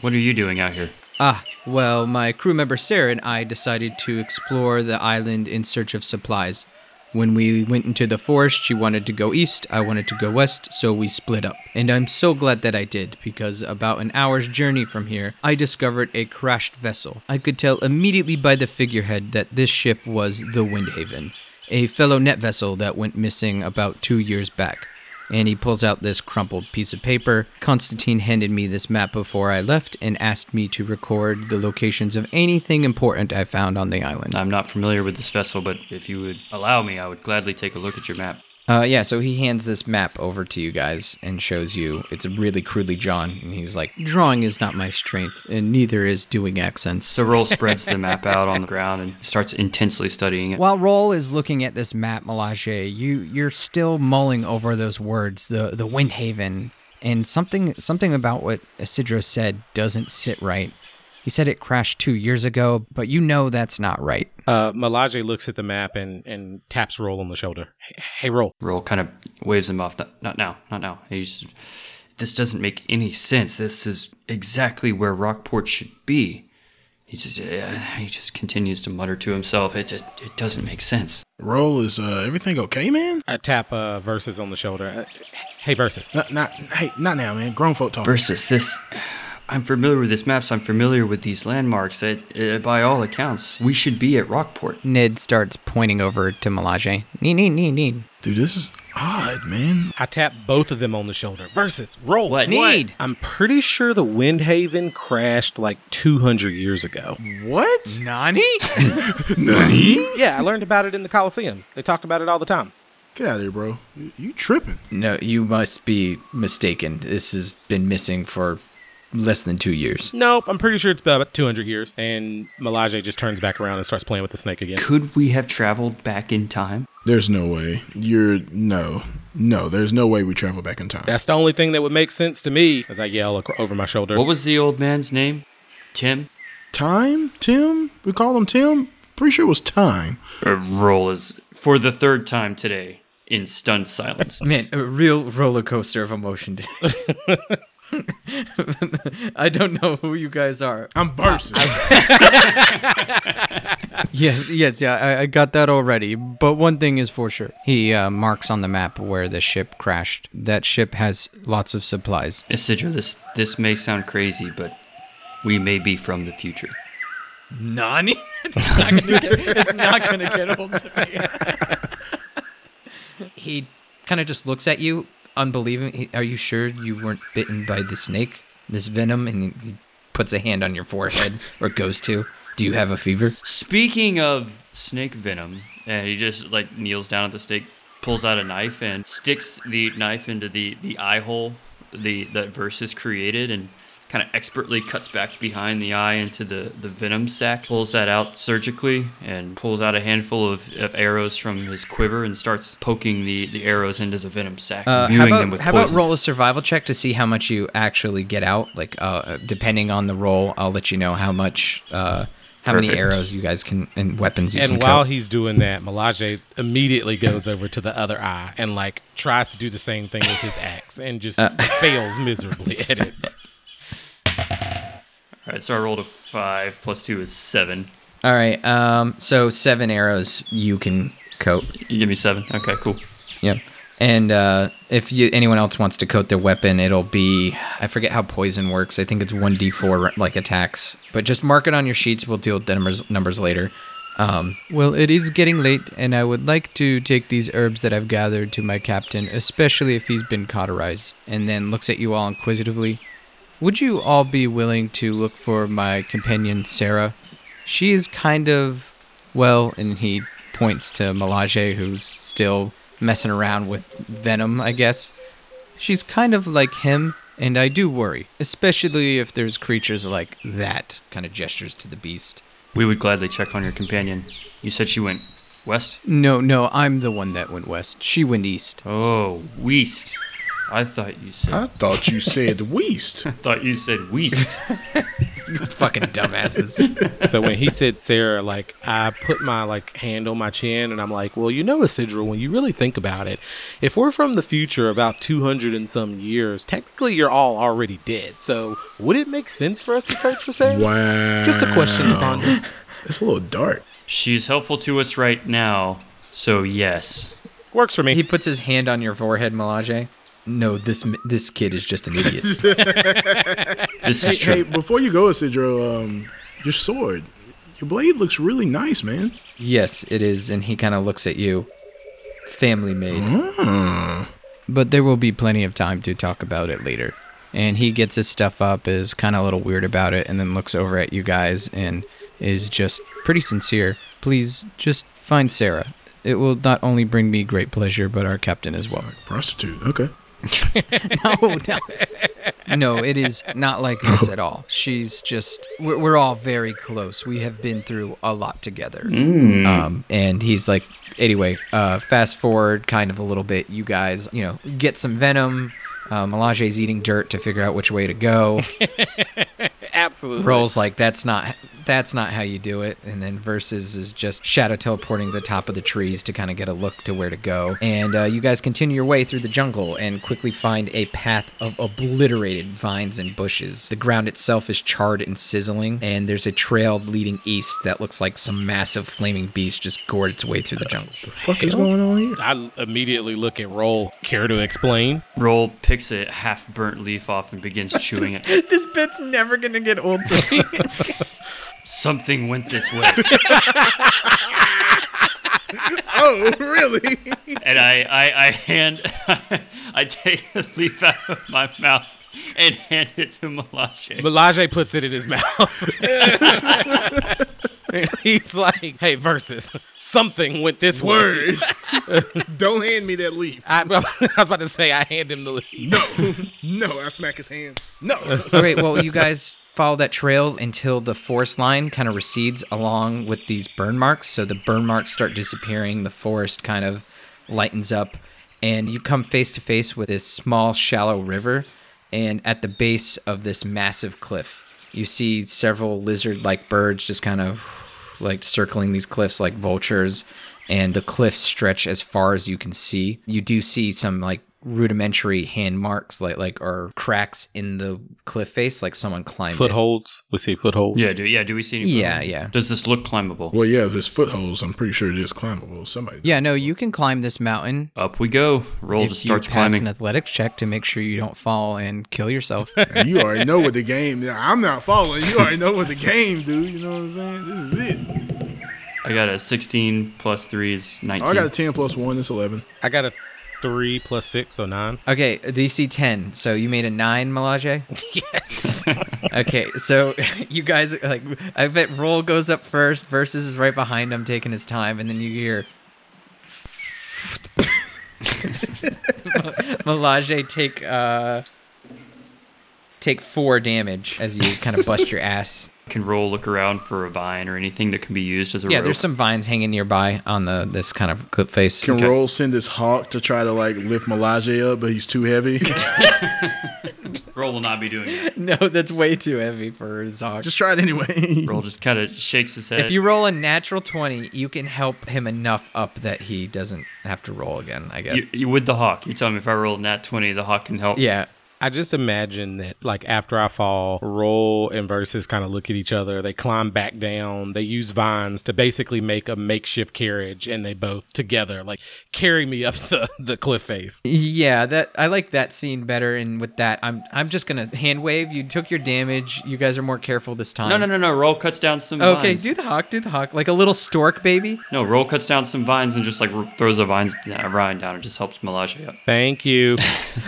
Speaker 3: what are you doing out here?
Speaker 1: Ah, well, my crew member Sarah and I decided to explore the island in search of supplies. When we went into the forest, she wanted to go east, I wanted to go west, so we split up. And I'm so glad that I did, because about an hour's journey from here, I discovered a crashed vessel. I could tell immediately by the figurehead that this ship was the Windhaven, a fellow net vessel that went missing about two years back and he pulls out this crumpled piece of paper. Constantine handed me this map before I left and asked me to record the locations of anything important I found on the island.
Speaker 3: I'm not familiar with this vessel, but if you would allow me, I would gladly take a look at your map.
Speaker 1: Uh, yeah, so he hands this map over to you guys and shows you. It's really crudely drawn, and he's like, "Drawing is not my strength, and neither is doing accents."
Speaker 3: So Roll spreads the map out on the ground and starts intensely studying it.
Speaker 1: While Roll is looking at this map, Melage, you you're still mulling over those words, the the Windhaven, and something something about what Isidro said doesn't sit right. He said it crashed two years ago, but you know that's not right.
Speaker 2: Uh, Melage looks at the map and, and taps Roll on the shoulder. Hey, hey, Roll.
Speaker 3: Roll kind of waves him off. Not, not now, not now. He's this doesn't make any sense. This is exactly where Rockport should be. He just uh, he just continues to mutter to himself. It just it doesn't make sense.
Speaker 5: Roll is uh, everything okay, man?
Speaker 2: I tap uh, Versus on the shoulder. Uh, hey, Versus.
Speaker 5: Not, not, hey, not now, man. Grown folk talk.
Speaker 3: Versus this, I'm familiar with this map. So I'm familiar with these landmarks. That uh, by all accounts, we should be at Rockport.
Speaker 1: Ned starts pointing over to Melage. Nee nee nee nee.
Speaker 5: Dude, this is odd, man.
Speaker 2: I tap both of them on the shoulder. Versus, roll.
Speaker 3: What?
Speaker 1: Need.
Speaker 2: I'm pretty sure the Windhaven crashed like 200 years ago.
Speaker 5: What?
Speaker 1: Nani?
Speaker 5: Nani?
Speaker 2: Yeah, I learned about it in the Coliseum. They talked about it all the time.
Speaker 5: Get out of here, bro. You, you tripping?
Speaker 1: No, you must be mistaken. This has been missing for less than two years.
Speaker 2: Nope, I'm pretty sure it's been about 200 years. And Melage just turns back around and starts playing with the snake again.
Speaker 3: Could we have traveled back in time?
Speaker 5: There's no way. You're no, no. There's no way we travel back in time.
Speaker 2: That's the only thing that would make sense to me as I yell ac- over my shoulder.
Speaker 3: What was the old man's name? Tim.
Speaker 5: time, Tim. We called him Tim. Pretty sure it was time.
Speaker 3: Uh, roll is for the third time today. in stunned silence.
Speaker 1: Man, a real roller coaster of emotion. I don't know who you guys are.
Speaker 5: I'm versus.
Speaker 7: Yes,
Speaker 1: Yes, yeah, I, I got that already. But one thing is for sure.
Speaker 7: He uh, marks on the map where the ship crashed. That ship has lots of supplies.
Speaker 3: Isidro, this this may sound crazy, but we may be from the future.
Speaker 1: Nani?
Speaker 7: it's not going to get old to me.
Speaker 1: He kind of just looks at you, unbelieving. He- Are you sure you weren't bitten by the snake? This venom? And he- he puts a hand on your forehead, or goes to. Do you have a fever?
Speaker 3: Speaking of snake venom, and he just like kneels down at the stake, pulls out a knife, and sticks the knife into the the eye hole the that versus created, and kind of expertly cuts back behind the eye into the the venom sac. Pulls that out surgically, and pulls out a handful of, of arrows from his quiver, and starts poking the the arrows into the venom sac,
Speaker 1: Uh, how
Speaker 3: imbuing
Speaker 1: about,
Speaker 3: them with
Speaker 1: how about
Speaker 3: poison.
Speaker 1: roll a survival check to see how much you actually get out? Like, uh, depending on the roll, I'll let you know how much, uh, how many
Speaker 3: Perfect.
Speaker 1: arrows you guys can and weapons you can.
Speaker 2: And while
Speaker 1: cope.
Speaker 2: he's doing that, Melage immediately goes over to the other eye and like tries to do the same thing with his axe and just fails miserably at it.
Speaker 3: All right, so I rolled a five plus two is seven.
Speaker 1: All right, um, so seven arrows you can coat.
Speaker 3: You give me seven. Okay, cool.
Speaker 1: Yep. And uh, if you, anyone else wants to coat their weapon, it'll be I forget how poison works. I think it's one d4 like attacks, but just mark it on your sheets. We'll deal with the numbers numbers later. Um,
Speaker 7: Well, it is getting late, and I would like to take these herbs that I've gathered to my captain, especially if he's been cauterized. And then looks at you all inquisitively. Would you all be willing to look for my companion, Sarah? She is kind of. Well, and he points to Melage, who's still messing around with Venom, I guess. She's kind of like him, and I do worry, especially if there's creatures like that.
Speaker 1: kind of gestures to the beast.
Speaker 3: We would gladly check on your companion. You said she went west?
Speaker 7: No, no, I'm the one that went west. She went east.
Speaker 3: Oh, west. I thought you said
Speaker 5: I thought you said Weast.
Speaker 3: thought you said west.
Speaker 1: Fucking dumbasses.
Speaker 2: But when he said Sarah, like I put my like hand on my chin and I'm like, well, you know, Isidro, when you really think about it, if we're from the future about 200 and some years, technically you're all already dead. So would it make sense for us to search for Sarah?
Speaker 5: Wow.
Speaker 2: Just a question to ponder.
Speaker 5: It's a little dark.
Speaker 3: She's helpful to us right now, so yes.
Speaker 2: Works for me.
Speaker 1: he puts his hand on your forehead, Melage. No, this m- this kid is just an idiot.
Speaker 3: This is
Speaker 5: Hey,
Speaker 3: true.
Speaker 5: before you go, Isidro, um, your sword, your blade looks really nice, man.
Speaker 1: yes, it is, and he kind of looks at you. Family made.
Speaker 7: but there will be plenty of time to talk about it later. And he gets his stuff up, is kind of a little weird about it, and then looks over at you guys and is just pretty sincere. Please just find Sarah. It will not only bring me great pleasure, but our captain as well.
Speaker 5: Prostitute. Okay.
Speaker 7: No, no. No, it is not like this at all. She's just, we're, we're all very close. We have been through a lot together. Mm.
Speaker 1: Um, and he's like, anyway, uh, fast forward kind of a little bit. You guys, you know, get some venom. Uh, Melage's eating dirt to figure out which way to go.
Speaker 2: Absolutely.
Speaker 1: Roll's like, that's not that's not how you do it. And then Versus is just shadow teleporting to the top of the trees to kind of get a look to where to go. And uh, you guys continue your way through the jungle and quickly find a path of obliterated vines and bushes. The ground itself is charred and sizzling, and there's a trail leading east that looks like some massive flaming beast just gored its way through the jungle.
Speaker 5: The fuck is going on here?
Speaker 2: I immediately look at Roll. Care to explain?
Speaker 3: Roll picks a half burnt leaf off and begins chewing it.
Speaker 1: this bit's never gonna get old to me.
Speaker 3: Something went this way.
Speaker 5: Oh, really?
Speaker 3: And I, I, I hand I take the leaf out of my mouth and hand it to Malache.
Speaker 2: Melage puts it in his mouth. And he's like, hey, versus, something went this way.
Speaker 5: Word. Don't hand me that leaf.
Speaker 2: I, I was about to say, I hand him the leaf.
Speaker 5: No. No. I smack his hand. No.
Speaker 1: All right, well, you guys follow that trail until the forest line kind of recedes along with these burn marks. So the burn marks start disappearing, the forest kind of lightens up, and you come face to face with this small, shallow river. And at the base of this massive cliff, you see several lizard like birds just kind of like circling these cliffs like vultures. and the cliffs stretch as far as you can see. You do see some like rudimentary hand marks, like like or cracks in the cliff face, like someone climbed. it.
Speaker 8: Footholds. We see footholds.
Speaker 3: Yeah, do yeah, do we see any
Speaker 1: Yeah,
Speaker 3: foothold?
Speaker 1: yeah.
Speaker 3: Does this look climbable?
Speaker 5: Well, yeah, if there's footholds, I'm pretty sure it is climbable. Somebody.
Speaker 1: Yeah, no, you can climb this mountain.
Speaker 3: Up we go. Roll
Speaker 1: if
Speaker 3: just starts
Speaker 1: you pass
Speaker 3: climbing.
Speaker 1: an athletics check to make sure you don't fall and kill yourself.
Speaker 5: And you already know what the game. I'm not following. You already know what the game, dude. You know what I'm saying? This is it.
Speaker 3: I got a 16 plus 3 is 19.
Speaker 5: Oh, I got a ten plus one. It's eleven.
Speaker 2: I got a three plus six, so nine.
Speaker 1: okay, DC ten. So you made a nine, Melage.
Speaker 2: Yes.
Speaker 1: Okay, so you guys like I bet Roll goes up first, Versus is right behind him taking his time, and then you hear Melage take uh take four damage as you kind of bust your ass.
Speaker 3: Can roll look around for a vine or anything that can be used as a
Speaker 1: Yeah,
Speaker 3: rope.
Speaker 1: there's some vines hanging nearby on the this kind of clip face.
Speaker 5: Can roll send this hawk to try to like lift Melage up, but he's too heavy.
Speaker 3: roll will not be doing it.
Speaker 1: No, that's way too heavy for Zog.
Speaker 5: Just try it anyway.
Speaker 3: Roll just kind of shakes his head.
Speaker 1: If you roll a natural twenty, you can help him enough up that he doesn't have to roll again. I guess.
Speaker 3: you, you with the hawk, you're telling me if I roll a nat 20, the hawk can help.
Speaker 1: yeah.
Speaker 2: I just imagine that, like, after I fall, Roll and Versus kind of look at each other. They climb back down. They use vines to basically make a makeshift carriage, and they both together, like, carry me up the, the cliff face.
Speaker 1: Yeah, that I like that scene better. And with that, I'm I'm just gonna hand wave. You took your damage. You guys are more careful this time.
Speaker 3: No, no, no, no. Roll cuts down some
Speaker 1: Okay,
Speaker 3: vines.
Speaker 1: do the hawk, do the hawk, like a little stork baby.
Speaker 3: No, roll cuts down some vines and just like r- throws a vines a vine down. It just helps Malachi up.
Speaker 2: Thank you.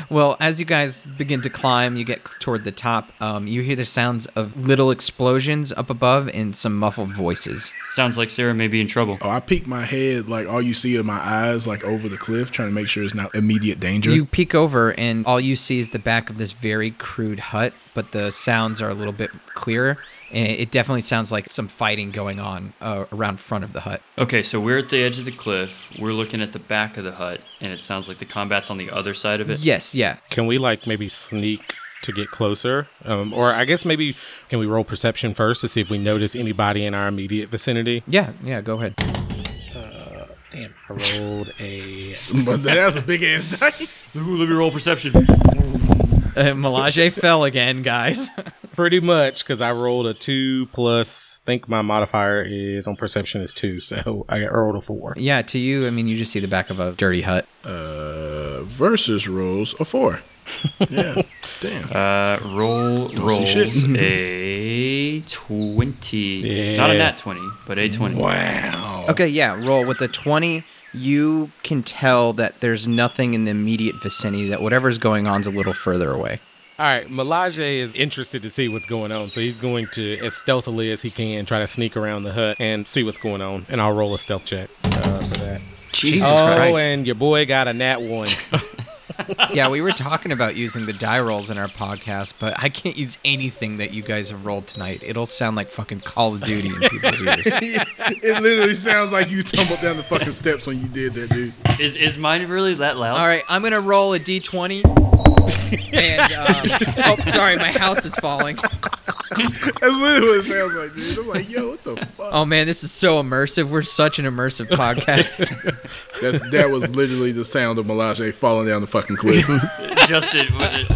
Speaker 1: Well, as you guys begin to climb, you get toward the top. Um, you hear the sounds of little explosions up above and some muffled voices.
Speaker 3: Sounds like Sarah may be in trouble.
Speaker 5: Oh, I peek my head, like all you see are my eyes, like over the cliff, trying to make sure it's not immediate danger.
Speaker 1: You peek over, and all you see is the back of this very crude hut, but the sounds are a little bit clearer. And it definitely sounds like some fighting going on uh, around front of the hut.
Speaker 3: Okay, so we're at the edge of the cliff. We're looking at the back of the hut, and it sounds like the combat's on the other side of it.
Speaker 1: Yes, yeah.
Speaker 2: Can we, like, maybe sneak to get closer? Um, or I guess maybe can we roll perception first to see if we notice anybody in our immediate vicinity?
Speaker 1: Yeah, yeah, go ahead.
Speaker 2: Damn, I rolled a.
Speaker 5: but that was a big ass dice.
Speaker 3: Ooh, let me roll perception.
Speaker 1: Uh, Melage fell again, guys.
Speaker 2: Pretty much, because I rolled a two plus. I think my modifier is on perception is two, so I rolled a four.
Speaker 1: yeah, to you, I mean, you just see the back of a dirty hut.
Speaker 5: Uh, versus rolls a four. Yeah, damn.
Speaker 3: Uh, roll
Speaker 5: see
Speaker 3: rolls a twenty. Not a
Speaker 2: Yeah.
Speaker 3: nat twenty, but a twenty.
Speaker 5: Wow.
Speaker 1: Okay, yeah, roll with a 20. You can tell that there's nothing in the immediate vicinity, that whatever's going on's a little further away.
Speaker 2: All right, Melage is interested to see what's going on, so he's going to, as stealthily as he can, try to sneak around the hut and see what's going on. And I'll roll a stealth check uh, for that.
Speaker 1: Jesus
Speaker 2: oh, and your boy got a nat one.
Speaker 1: yeah, we were talking about using the die rolls in our podcast, but I can't use anything that you guys have rolled tonight. It'll sound like fucking Call of Duty in people's ears.
Speaker 5: it literally sounds like you tumbled down the fucking steps when you did that, dude.
Speaker 3: Is is mine really that loud?
Speaker 1: All right, I'm gonna roll a d20. and um, oh, sorry, my house is falling.
Speaker 5: That's literally what it sounds like, dude. I'm like, yo, what the fuck?
Speaker 1: Oh man, this is so immersive. We're such an immersive podcast.
Speaker 5: That's, that was literally the sound of Melage falling down the fucking cliff.
Speaker 3: Justin,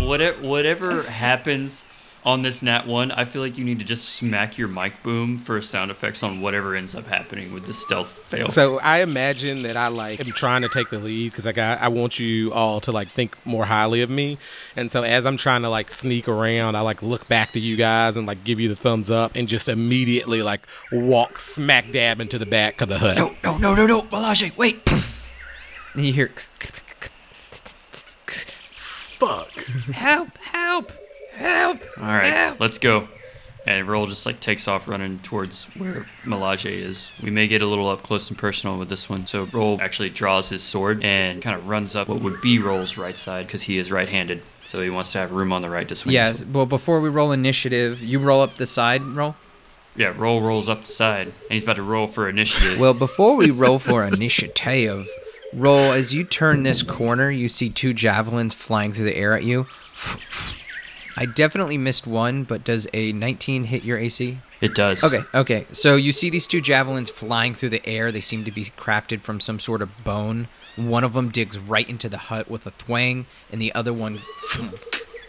Speaker 3: whatever whatever happens on this nat one, I feel like you need to just smack your mic boom for sound effects on whatever ends up happening with the stealth fail.
Speaker 2: So I imagine that I like am trying to take the lead because I got I want you all to like think more highly of me, and so as I'm trying to like sneak around, I like look back to you guys and like give you the thumbs up and just immediately like walk smack dab into the back of the hut.
Speaker 3: no, no, no, no, Malaje, wait.
Speaker 1: and you hear
Speaker 5: Fuck.
Speaker 1: help, help, help.
Speaker 3: All right, let's go. And Roll just like takes off running towards where Melage is. We may get a little up close and personal with this one. So Roll actually draws his sword and kind of runs up what would be Roll's right side because he is right-handed. So he wants to have room on the right to swing.
Speaker 1: Yeah,
Speaker 3: his sword.
Speaker 1: well, before we roll initiative, you roll up the side roll.
Speaker 3: Yeah. Roll rolls up the side, and he's about to roll for initiative.
Speaker 1: Well, before we roll for initiative, roll as you turn this corner, you see two javelins flying through the air at you. I definitely missed one, but does a 19 hit your AC?
Speaker 3: It does.
Speaker 1: Okay, okay. So you see these two javelins flying through the air. They seem to be crafted from some sort of bone. One of them digs right into the hut with a thwang, and the other one,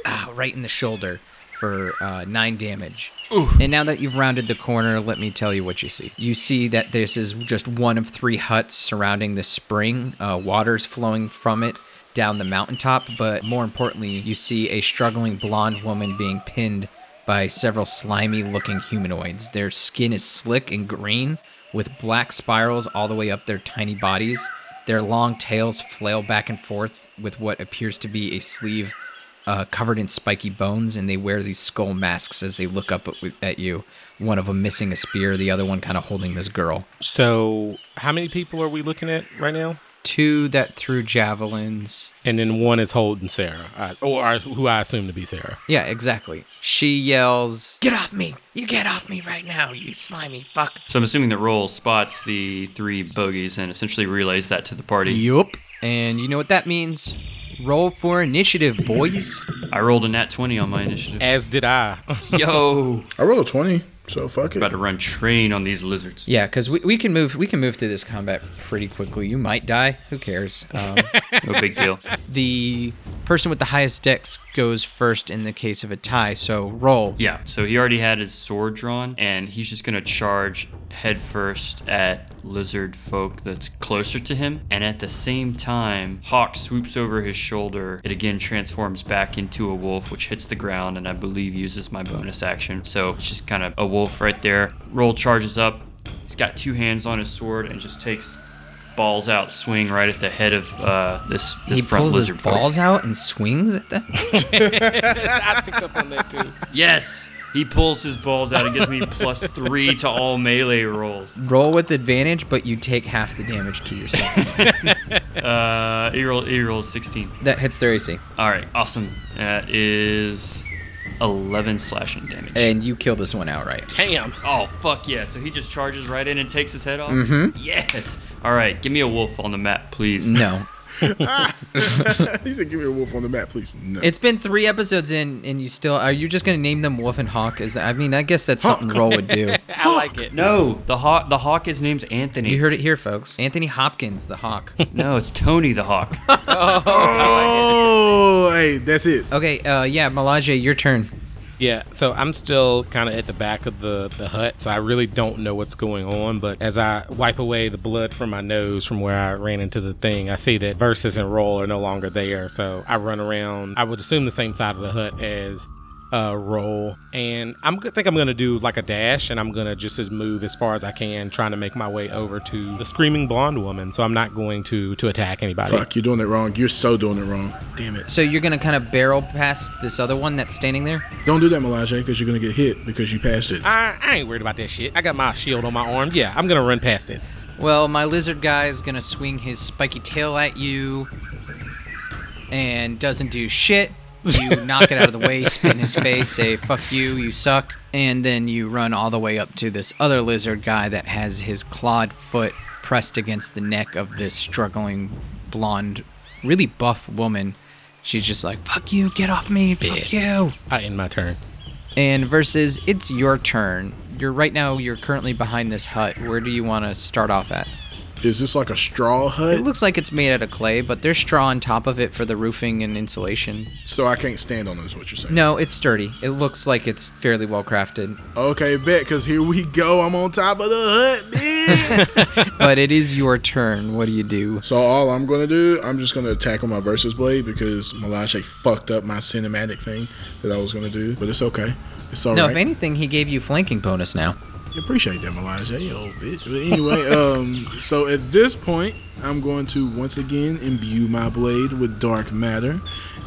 Speaker 1: ah, right in the shoulder for uh, nine damage. And now that you've rounded the corner, let me tell you what you see. You see that this is just one of three huts surrounding this spring. Uh, water's flowing from it down the mountaintop, but more importantly, you see a struggling blonde woman being pinned by several slimy looking humanoids. Their skin is slick and green, with black spirals all the way up their tiny bodies. Their long tails flail back and forth with what appears to be a sleeve uh, covered in spiky bones, and they wear these skull masks as they look up at, at you. One of them missing a spear, the other one kind of holding this girl.
Speaker 2: So, how many people are we looking at right now?
Speaker 1: Two that threw javelins,
Speaker 2: And then one is holding Sarah, uh, or or who I assume to be Sarah.
Speaker 1: Yeah, exactly. She yells,
Speaker 4: Get off me! You get off me right now, you slimy fuck!
Speaker 3: So I'm assuming the roll spots the three bogeys and essentially relays that to the party.
Speaker 1: Yup. And you know what that means? Roll for initiative, boys.
Speaker 3: I rolled a nat 20 on my
Speaker 1: Eh.
Speaker 3: initiative.
Speaker 2: As did I.
Speaker 3: Yo!
Speaker 5: I rolled a 20, so fuck
Speaker 3: About
Speaker 5: it.
Speaker 3: to run train on these lizards.
Speaker 1: Yeah, because we, we can move we can move through this combat pretty quickly. You might die. Who cares? Um,
Speaker 3: No big deal.
Speaker 1: the person with the highest dex goes first in the case of a tie. So roll.
Speaker 3: Yeah, so he already had his sword drawn, and he's just gonna charge headfirst at lizard folk that's closer to him. And at the same time, Hawk swoops over his shoulder. It again transforms back into a wolf, which hits the ground, and I believe uses my bonus action. So it's just kind of a wolf right there. Roll charges up. He's got two hands on his sword and just takes balls out swing right at the head of uh, this this
Speaker 1: He
Speaker 3: front
Speaker 1: pulls his
Speaker 3: lizard folk.
Speaker 1: balls out and swings at them.
Speaker 2: I picked up on that too.
Speaker 3: Yes, he pulls his balls out and gives me plus three to all melee rolls.
Speaker 1: roll with advantage, but you take half the damage to yourself.
Speaker 3: Uh, he rolled, he rolled 16.
Speaker 1: that hits their AC,
Speaker 3: All right, awesome. That is 11 slashing damage.
Speaker 1: and you kill this one outright.
Speaker 2: Damn.
Speaker 3: Oh, fuck yeah. So he just charges right in and takes his head off? Mm-hmm. Yes. All right, give me a wolf on the map, please.
Speaker 1: No,
Speaker 5: Ah. he said, "Give me a wolf on the map, please." No.
Speaker 1: It's been three episodes in, and you still are you just gonna name them Wolf and Hawk? Is that, I mean, I guess that's something Roll would do.
Speaker 2: I like it.
Speaker 3: No, the hawk. The hawk. His name's Anthony.
Speaker 1: You heard it here, folks. Anthony Hopkins, the Hawk.
Speaker 3: No, it's Tony the hawk.
Speaker 5: oh, hey, that's it.
Speaker 1: okay, uh, yeah, Malaje, your turn.
Speaker 2: Yeah, so I'm still kind of at the back of the, the hut, so I really don't know what's going on. But as I wipe away the blood from my nose from where I ran into the thing, I see that Versus and Roll are no longer there. So I run around, I would assume the same side of the hut as uh, Roll. And I'm going think I'm going to do like a dash, and I'm going to just as move as far as I can, trying to make my way over to the screaming blonde woman. So I'm not going to, to attack anybody.
Speaker 5: Fuck, you're doing it wrong. You're so doing it wrong. Damn it.
Speaker 1: So you're gonna kind of barrel past this other one that's standing there.
Speaker 5: Don't do that, Melage, because you're gonna get hit because you passed it.
Speaker 2: I, I ain't worried about that shit. I got my shield on my arm. Yeah, I'm going to run past it.
Speaker 1: Well, my lizard guy is gonna swing his spiky tail at you, and doesn't do shit. You knock it out of the way, spit in his face, say "fuck you, you suck," and then you run all the way up to this other lizard guy that has his clawed foot pressed against the neck of this struggling blonde, really buff woman. She's just like "fuck you, get off me, fuck you."
Speaker 2: I end my turn.
Speaker 1: And versus, it's your turn. You're right now. You're currently behind this hut. Where do you want to start off at?
Speaker 5: Is this like a straw hut?
Speaker 1: It looks like it's made out of clay, but there's straw on top of it for the roofing and insulation.
Speaker 5: so I can't stand on it, is what you're saying.
Speaker 1: No, it's sturdy. It looks like it's fairly well crafted,
Speaker 5: Okay, bet, because here we go. I'm on top of the hut, bitch.
Speaker 1: but it is your turn. What do you do?
Speaker 5: so all I'm gonna do, I'm just gonna attack on my versus blade because Melage fucked up my cinematic thing that I was gonna do, but it's okay. It's alright.
Speaker 1: No, if anything, he gave you flanking bonus now.
Speaker 5: Appreciate that, Melania, you old bitch. But anyway, um, so at this point, I'm going to once again imbue my blade with dark matter,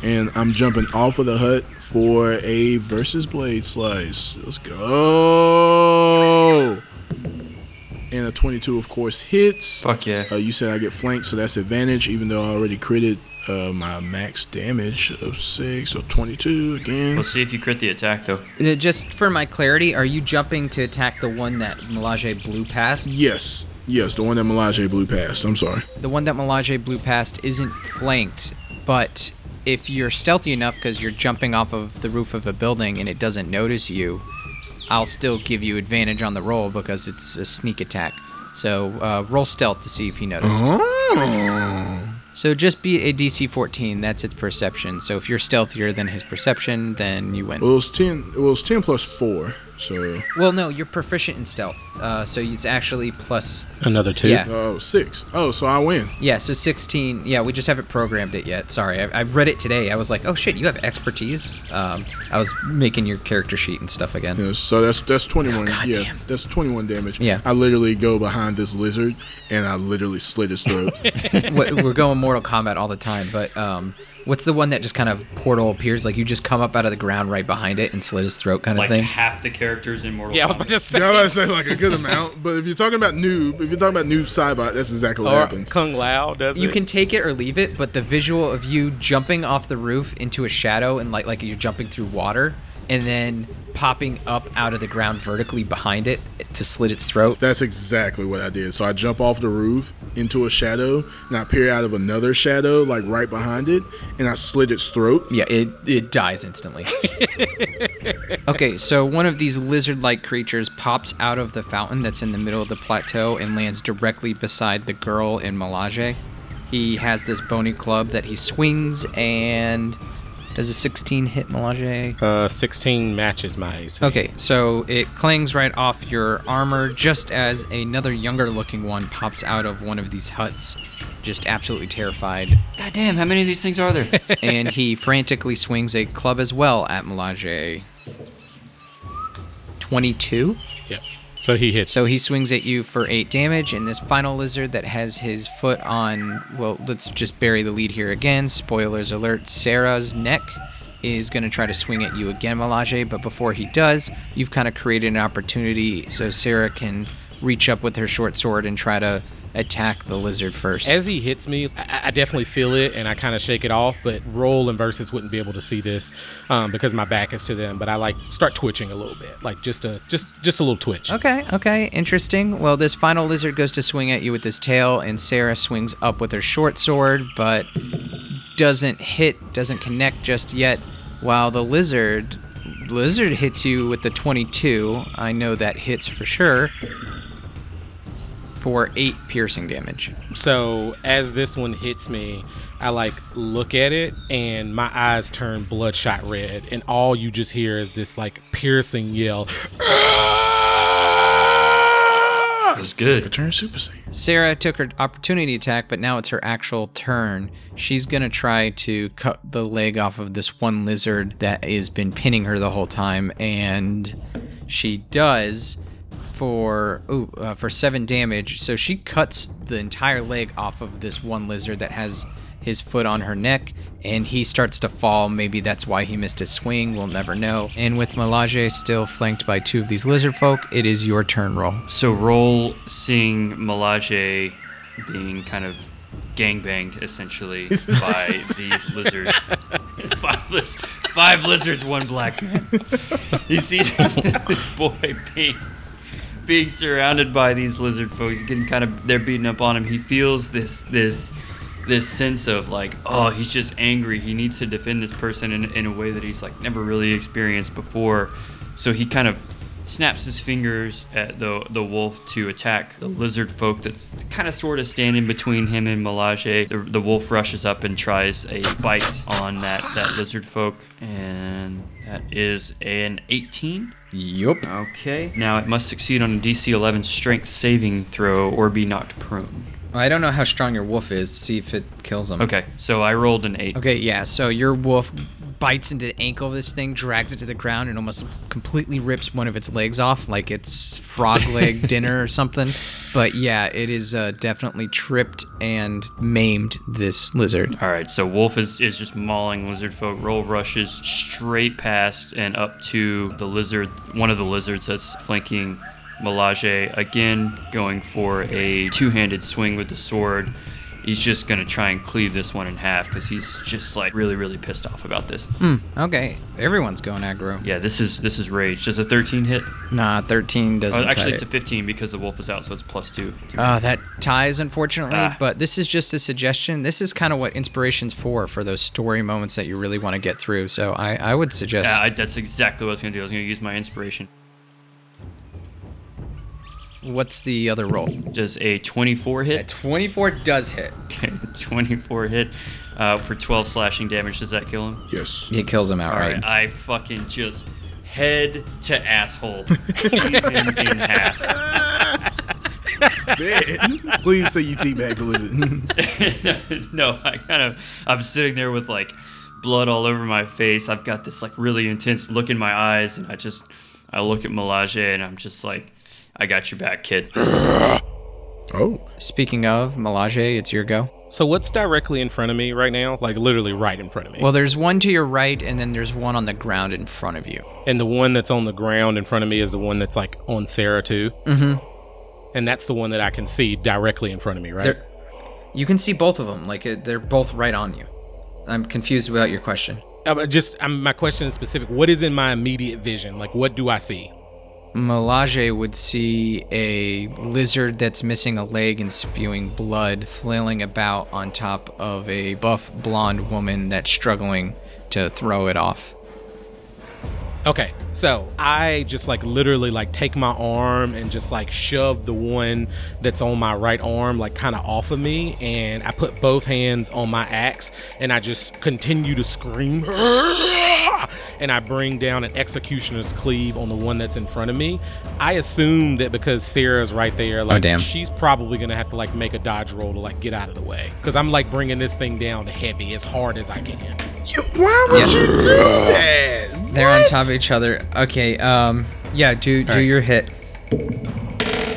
Speaker 5: and I'm jumping off of the hut for a versus blade slice. Let's go. And a 22, of course, hits.
Speaker 3: Fuck yeah.
Speaker 5: Uh, you said I get flanked, so that's advantage, even though I already critted uh, my max damage of six, so 22 again.
Speaker 3: Let's see if you crit the attack though.
Speaker 1: Uh, Just for my clarity, are you jumping to attack the one that Melage blew past?
Speaker 5: Yes, yes, the one that Melage blew past. I'm sorry.
Speaker 1: The one that Melage blew past isn't flanked, but if you're stealthy enough because you're jumping off of the roof of a building and it doesn't notice you, I'll still give you advantage on the roll because it's a sneak attack. So uh, roll stealth to see if he
Speaker 5: Uh-huh.
Speaker 1: notices. So just be a DC 14. That's its perception. So if you're stealthier than his perception, then you win.
Speaker 5: Well, it was ten. It was ten plus four. So
Speaker 1: Well, no, you're proficient in stealth. Uh, so it's actually plus.
Speaker 2: Another two.
Speaker 1: Yeah.
Speaker 5: oh six. Oh, so I win.
Speaker 1: Yeah, so 16. Yeah, we just haven't programmed it yet. Sorry. I, I read it today. I was like, oh shit, you have expertise? Um, I was making your character sheet and stuff again.
Speaker 5: Yeah, so that's that's twenty one. yeah,
Speaker 1: goddamn.
Speaker 5: that's twenty one damage.
Speaker 1: Yeah.
Speaker 5: I literally go behind this lizard and I literally slit his throat.
Speaker 1: What- We're going Mortal Kombat all the time, but um, what's the one that just kind of portal appears? Like you just come up out of the ground right behind it and slit his throat kind of
Speaker 3: Like
Speaker 1: thing?
Speaker 3: half the characters in Mortal
Speaker 2: Yeah, I was
Speaker 3: Kombat.
Speaker 2: about to say.
Speaker 5: yeah, I was about to say like a good amount, but if you're talking about noob, if you're talking about noob cybot, that's exactly what
Speaker 2: Or
Speaker 5: happens.
Speaker 2: Kung Lao does
Speaker 1: You
Speaker 2: it.
Speaker 1: can take it or leave it, but the visual of you jumping off the roof into a shadow and like like you're jumping through water and then popping up out of the ground vertically behind it to slit its throat.
Speaker 5: That's exactly what I did. So I jump off the roof into a shadow, and I peer out of another shadow, like right behind it, and I slit its throat.
Speaker 1: Yeah, it it dies instantly. okay, so one of these lizard-like creatures pops out of the fountain that's in the middle of the plateau and lands directly beside the girl in Melage. He has this bony club that he swings and does a 16 hit Melage?
Speaker 2: Uh, 16 matches my AC.
Speaker 1: Okay, so it clangs right off your armor just as another younger looking one pops out of one of these huts, just absolutely terrified.
Speaker 3: God damn, how many of these things are there?
Speaker 1: and he frantically swings a club as well at Melage. 22?
Speaker 2: Yep. So he hits.
Speaker 1: So he swings at you for 8 damage, and this final lizard that has his foot on, well, let's just bury the lead here again. Spoilers alert, Sarah's neck is going to try to swing at you again, Melage, but before he does, you've kind of created an opportunity so Sarah can reach up with her short sword and try to attack the lizard first.
Speaker 2: As he hits me, I, I definitely feel it and I kind of shake it off. But Roll and Versus wouldn't be able to see this um, because my back is to them. But I like start twitching a little bit, like just a just just a little twitch.
Speaker 1: Okay, okay, interesting. Well, this final lizard goes to swing at you with his tail, and Sarah swings up with her short sword, but doesn't hit, doesn't connect just yet. While the lizard lizard hits you with the 22, I know that hits for sure. For eight piercing damage.
Speaker 2: So as this one hits me, I like look at it and my eyes turn bloodshot red, and all you just hear is this like piercing yell.
Speaker 3: That's good.
Speaker 5: Return Super Saiyan.
Speaker 1: Sarah took her opportunity attack, but now it's her actual turn. She's gonna try to cut the leg off of this one lizard that has been pinning her the whole time, and she does for ooh, uh, for seven damage. So she cuts the entire leg off of this one lizard that has his foot on her neck, and he starts to fall. Maybe that's why he missed his swing. We'll never know. And with Melage still flanked by two of these lizard folk, it is your turn roll.
Speaker 3: So roll seeing Melage being kind of gangbanged essentially by these lizards. five, liz- five lizards, one black man. You see this boy being being surrounded by these lizard folks, getting kind of they're beating up on him. He feels this this this sense of like, oh, he's just angry. He needs to defend this person in, in a way that he's like never really experienced before. So he kind of snaps his fingers at the the wolf to attack the lizard folk that's kind of sort of standing between him and Melage. The, the wolf rushes up and tries a bite on that, that lizard folk. And that is an 18.
Speaker 9: Yup.
Speaker 3: Okay. Now it must succeed on a DC 11 strength saving throw or be knocked prone.
Speaker 9: I don't know how strong your wolf is. See if it kills him.
Speaker 3: Okay, so I rolled an 8.
Speaker 1: Okay, yeah. So your wolf bites into the ankle of this thing, drags it to the ground, and almost completely rips one of its legs off, like it's frog leg dinner or something. But yeah, it is uh, definitely tripped and maimed this lizard.
Speaker 3: All right, so Wolf is, is just mauling lizard folk. Roll rushes straight past and up to the lizard, one of the lizards that's flanking Melage. Again, going for a two handed swing with the sword. He's just gonna try and cleave this one in half because he's just like really, really pissed off about this.
Speaker 1: Okay, everyone's going aggro.
Speaker 3: Yeah, this is this is rage. Does a 13 hit?
Speaker 1: Nah, thirteen doesn't.
Speaker 3: Oh, actually,
Speaker 1: cut
Speaker 3: it's a
Speaker 1: it.
Speaker 3: 15 because the wolf is out, so it's plus two. to-
Speaker 1: Uh, that ties, unfortunately,
Speaker 3: Ah.
Speaker 1: but this is just a suggestion. This is kind of what inspiration's for, for those story moments that you really want to get through. So I, I would suggest.
Speaker 3: Yeah, Uh, I, that's exactly what I was gonna do. I was gonna use my inspiration.
Speaker 1: what's the other roll?
Speaker 3: Does a 24 hit?
Speaker 1: 24 does hit.
Speaker 3: Okay, 24 hit uh, for 12 slashing damage. Does that kill him?
Speaker 5: Yes.
Speaker 1: It kills him
Speaker 3: All right,
Speaker 1: outright.
Speaker 3: I fucking just head to asshole cleave him in half.
Speaker 5: Man, Please say you teabag the lizard.
Speaker 3: no, I kind of I'm sitting there with like blood all over my face. I've got this like really intense look in my eyes, and I just I look at Melage and I'm just like, I got your back, kid.
Speaker 5: oh.
Speaker 1: uh, Speaking of, Melage, it's your go.
Speaker 2: So what's directly in front of me right now? Like literally right in front of me.
Speaker 1: Well, there's one to your right, and then there's one on the ground in front of you.
Speaker 2: and the one that's on the ground in front of me is the one that's like on Sarah too. Mm-hmm. And that's the one that I can see directly in front of me, right?
Speaker 1: They're- You can see both of them. Like, uh, they're both right on you. I'm confused about your question.
Speaker 2: Uh, just um, my question is specific. What is in my immediate vision? Like, what do I see?
Speaker 1: Melage would see a lizard that's missing a leg and spewing blood flailing about on top of a buff blonde woman that's struggling to throw it off.
Speaker 2: Okay, so I just like literally like take my arm and just like shove the one that's on my right arm like kind of off of me, and I put both hands on my axe and I just continue to scream, and I bring down an executioner's cleave on the one that's in front of me. I assume that because Sarah's right there, like
Speaker 1: damn.
Speaker 2: she's probably gonna have to like make a dodge roll to like get out of the way because I'm like bringing this thing down heavy as hard as I can.
Speaker 5: Why would
Speaker 1: Yeah.
Speaker 5: you do that?
Speaker 1: They're on top of each other. Okay, um, yeah, do do your hit.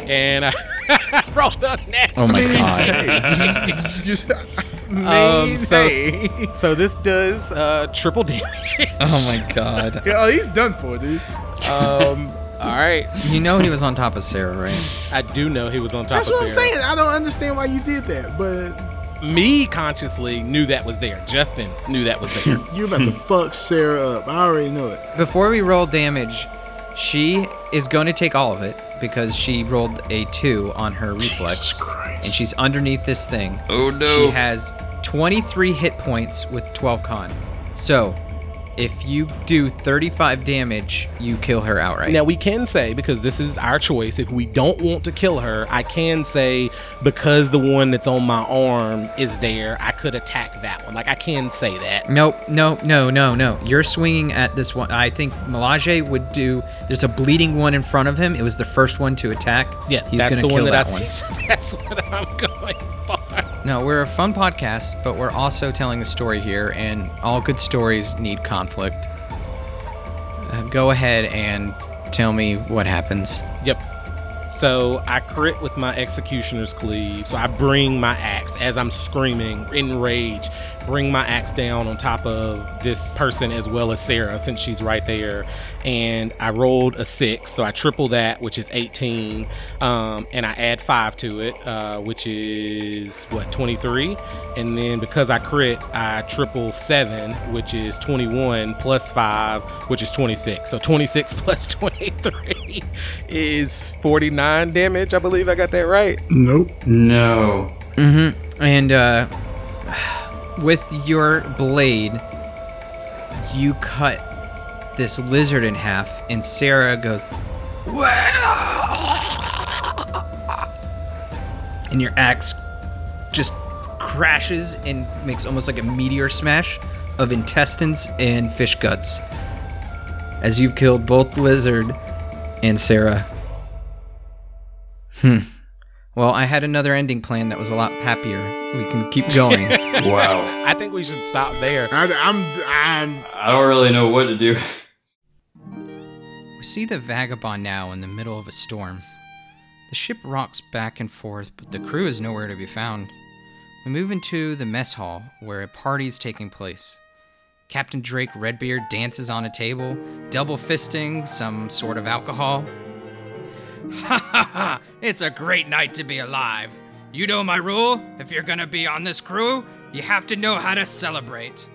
Speaker 2: and I, I rolled a nat
Speaker 1: Oh my god.
Speaker 5: Hey, just,
Speaker 2: Um,
Speaker 5: man,
Speaker 2: so-
Speaker 5: hey.
Speaker 2: So this does uh, triple damage.
Speaker 1: Oh my god.
Speaker 5: Oh, he's done for, dude.
Speaker 2: um, all right.
Speaker 1: You know he was on top of Sarah, right?
Speaker 2: I do know he was on top
Speaker 5: That's
Speaker 2: of
Speaker 5: what I'm
Speaker 2: Sarah.
Speaker 5: saying. I don't understand why you did that, but
Speaker 2: Me consciously knew that was there. Justin knew that was there.
Speaker 5: you're about to fuck Sarah up. I already know it.
Speaker 1: Before we roll damage, she is going to take all of it because she rolled a 2 on her reflex.
Speaker 5: Christ.
Speaker 1: And she's underneath this thing.
Speaker 3: Oh
Speaker 1: She
Speaker 3: no!
Speaker 1: has 23 hit points with 12 con. So, if you do 35 damage, you kill her outright.
Speaker 2: Now we can say because this is our choice. If we don't want to kill her, I can say because the one that's on my arm is there, I could attack that one. Like I can say that.
Speaker 1: Nope, no, no, no, no. You're swinging at this one. I think Melage would do. There's a bleeding one in front of him. It was the first one to attack.
Speaker 2: Yeah,
Speaker 1: he's
Speaker 2: that's
Speaker 1: gonna
Speaker 2: the
Speaker 1: kill
Speaker 2: one that,
Speaker 1: that,
Speaker 2: I
Speaker 1: one.
Speaker 2: see. So that's what I'm going for.
Speaker 1: No, we're a fun podcast, but we're also telling a story here, and all good stories need conflict. Uh, go ahead and tell me what happens.
Speaker 2: Yep. So I crit with my executioner's cleave. So I bring my axe as I'm screaming in rage, bring my axe down on top of this person as well as Sarah since she's right there. And I rolled a six, so I triple that, which is 18, um, and I add five to it, uh, which is what 23. And then because I crit, I triple seven, which is 21 plus five, which is 26. So 26 plus 23 is 49 damage. I believe I got that right.
Speaker 5: Nope.
Speaker 3: No.
Speaker 1: And uh, with your blade, you cut this lizard in half, and Sarah goes, and your axe just crashes and makes almost like a meteor smash of intestines and fish guts as you've killed both lizard and Sarah. Hmm. Well, I had another ending plan that was a lot happier. We can keep going.
Speaker 3: Wow.
Speaker 2: I think we should stop there.
Speaker 5: I, I'm. I'm.
Speaker 3: I don't really know what to do.
Speaker 7: We see the Vagabond now in the middle of a storm. The ship rocks back and forth, but the crew is nowhere to be found. We move into the mess hall, where a party is taking place. Captain Drake Redbeard dances on a table, double fisting some sort of alcohol. Ha ha ha! It's a great night to be alive!
Speaker 1: You know my rule. If you're gonna be on this crew, you have to know how to celebrate.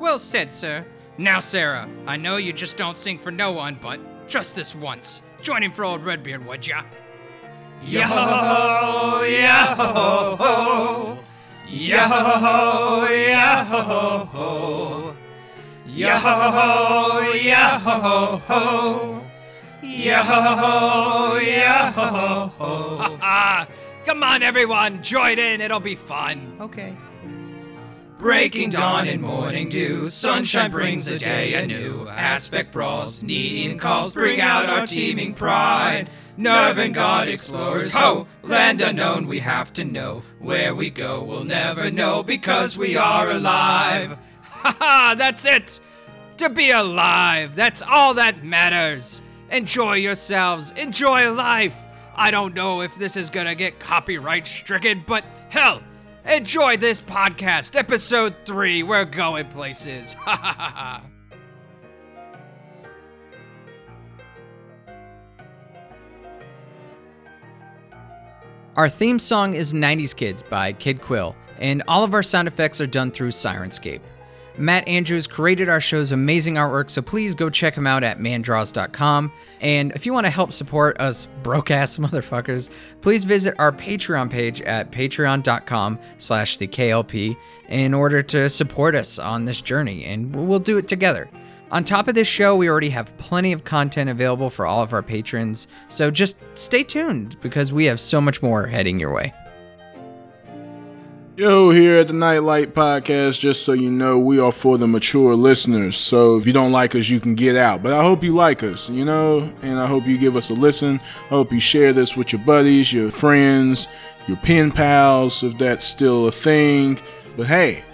Speaker 1: Well said, sir. Now, Sarah, I know you just don't sing for no one, but just this once. Join him for old Redbeard, would ya? Yo ho, yo ho, yo ho, yo ho, yo ho, yo ho, yo ho, yo ho. Come on, everyone, join in. It'll be fun. Okay. Breaking dawn and morning dew, sunshine brings a day anew. Aspect brawls, needing calls, bring out our teeming pride. Nerve and God explorers, ho! Land unknown, we have to know. Where we go, we'll never know because we are alive. Ha ha! That's it! To be alive, that's all that matters. Enjoy yourselves, enjoy life. I don't know if this is gonna get copyright stricken, but hell, enjoy this podcast, episode three. We're going places. Ha ha ha ha. Our theme song is 90s Kids by Kid Quill, and all of our sound effects are done through Sirenscape. Matt Andrews created our show's amazing artwork, so please go check him out at mandraws.com. And if you want to help support us broke ass motherfuckers, please visit our Patreon page at patreon.com slash the KLP in order to support us on this journey, and we'll do it together. On top of this show, we already have plenty of content available for all of our patrons, so just stay tuned because we have so much more heading your way.
Speaker 5: Yo, here at the Nightlight Podcast, just so you know, we are for the mature listeners. So if you don't like us, you can get out. But I hope you like us, you know, and I hope you give us a listen. I hope you share this with your buddies, your friends, your pen pals, if that's still a thing. But hey,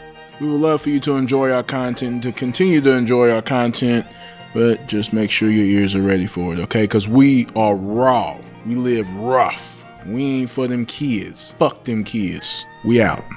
Speaker 5: we would love for you to enjoy our content, to continue to enjoy our content, but just make sure your ears are ready for it, okay? Because we are raw. We live rough. We ain't for them kids. Fuck them kids. We out.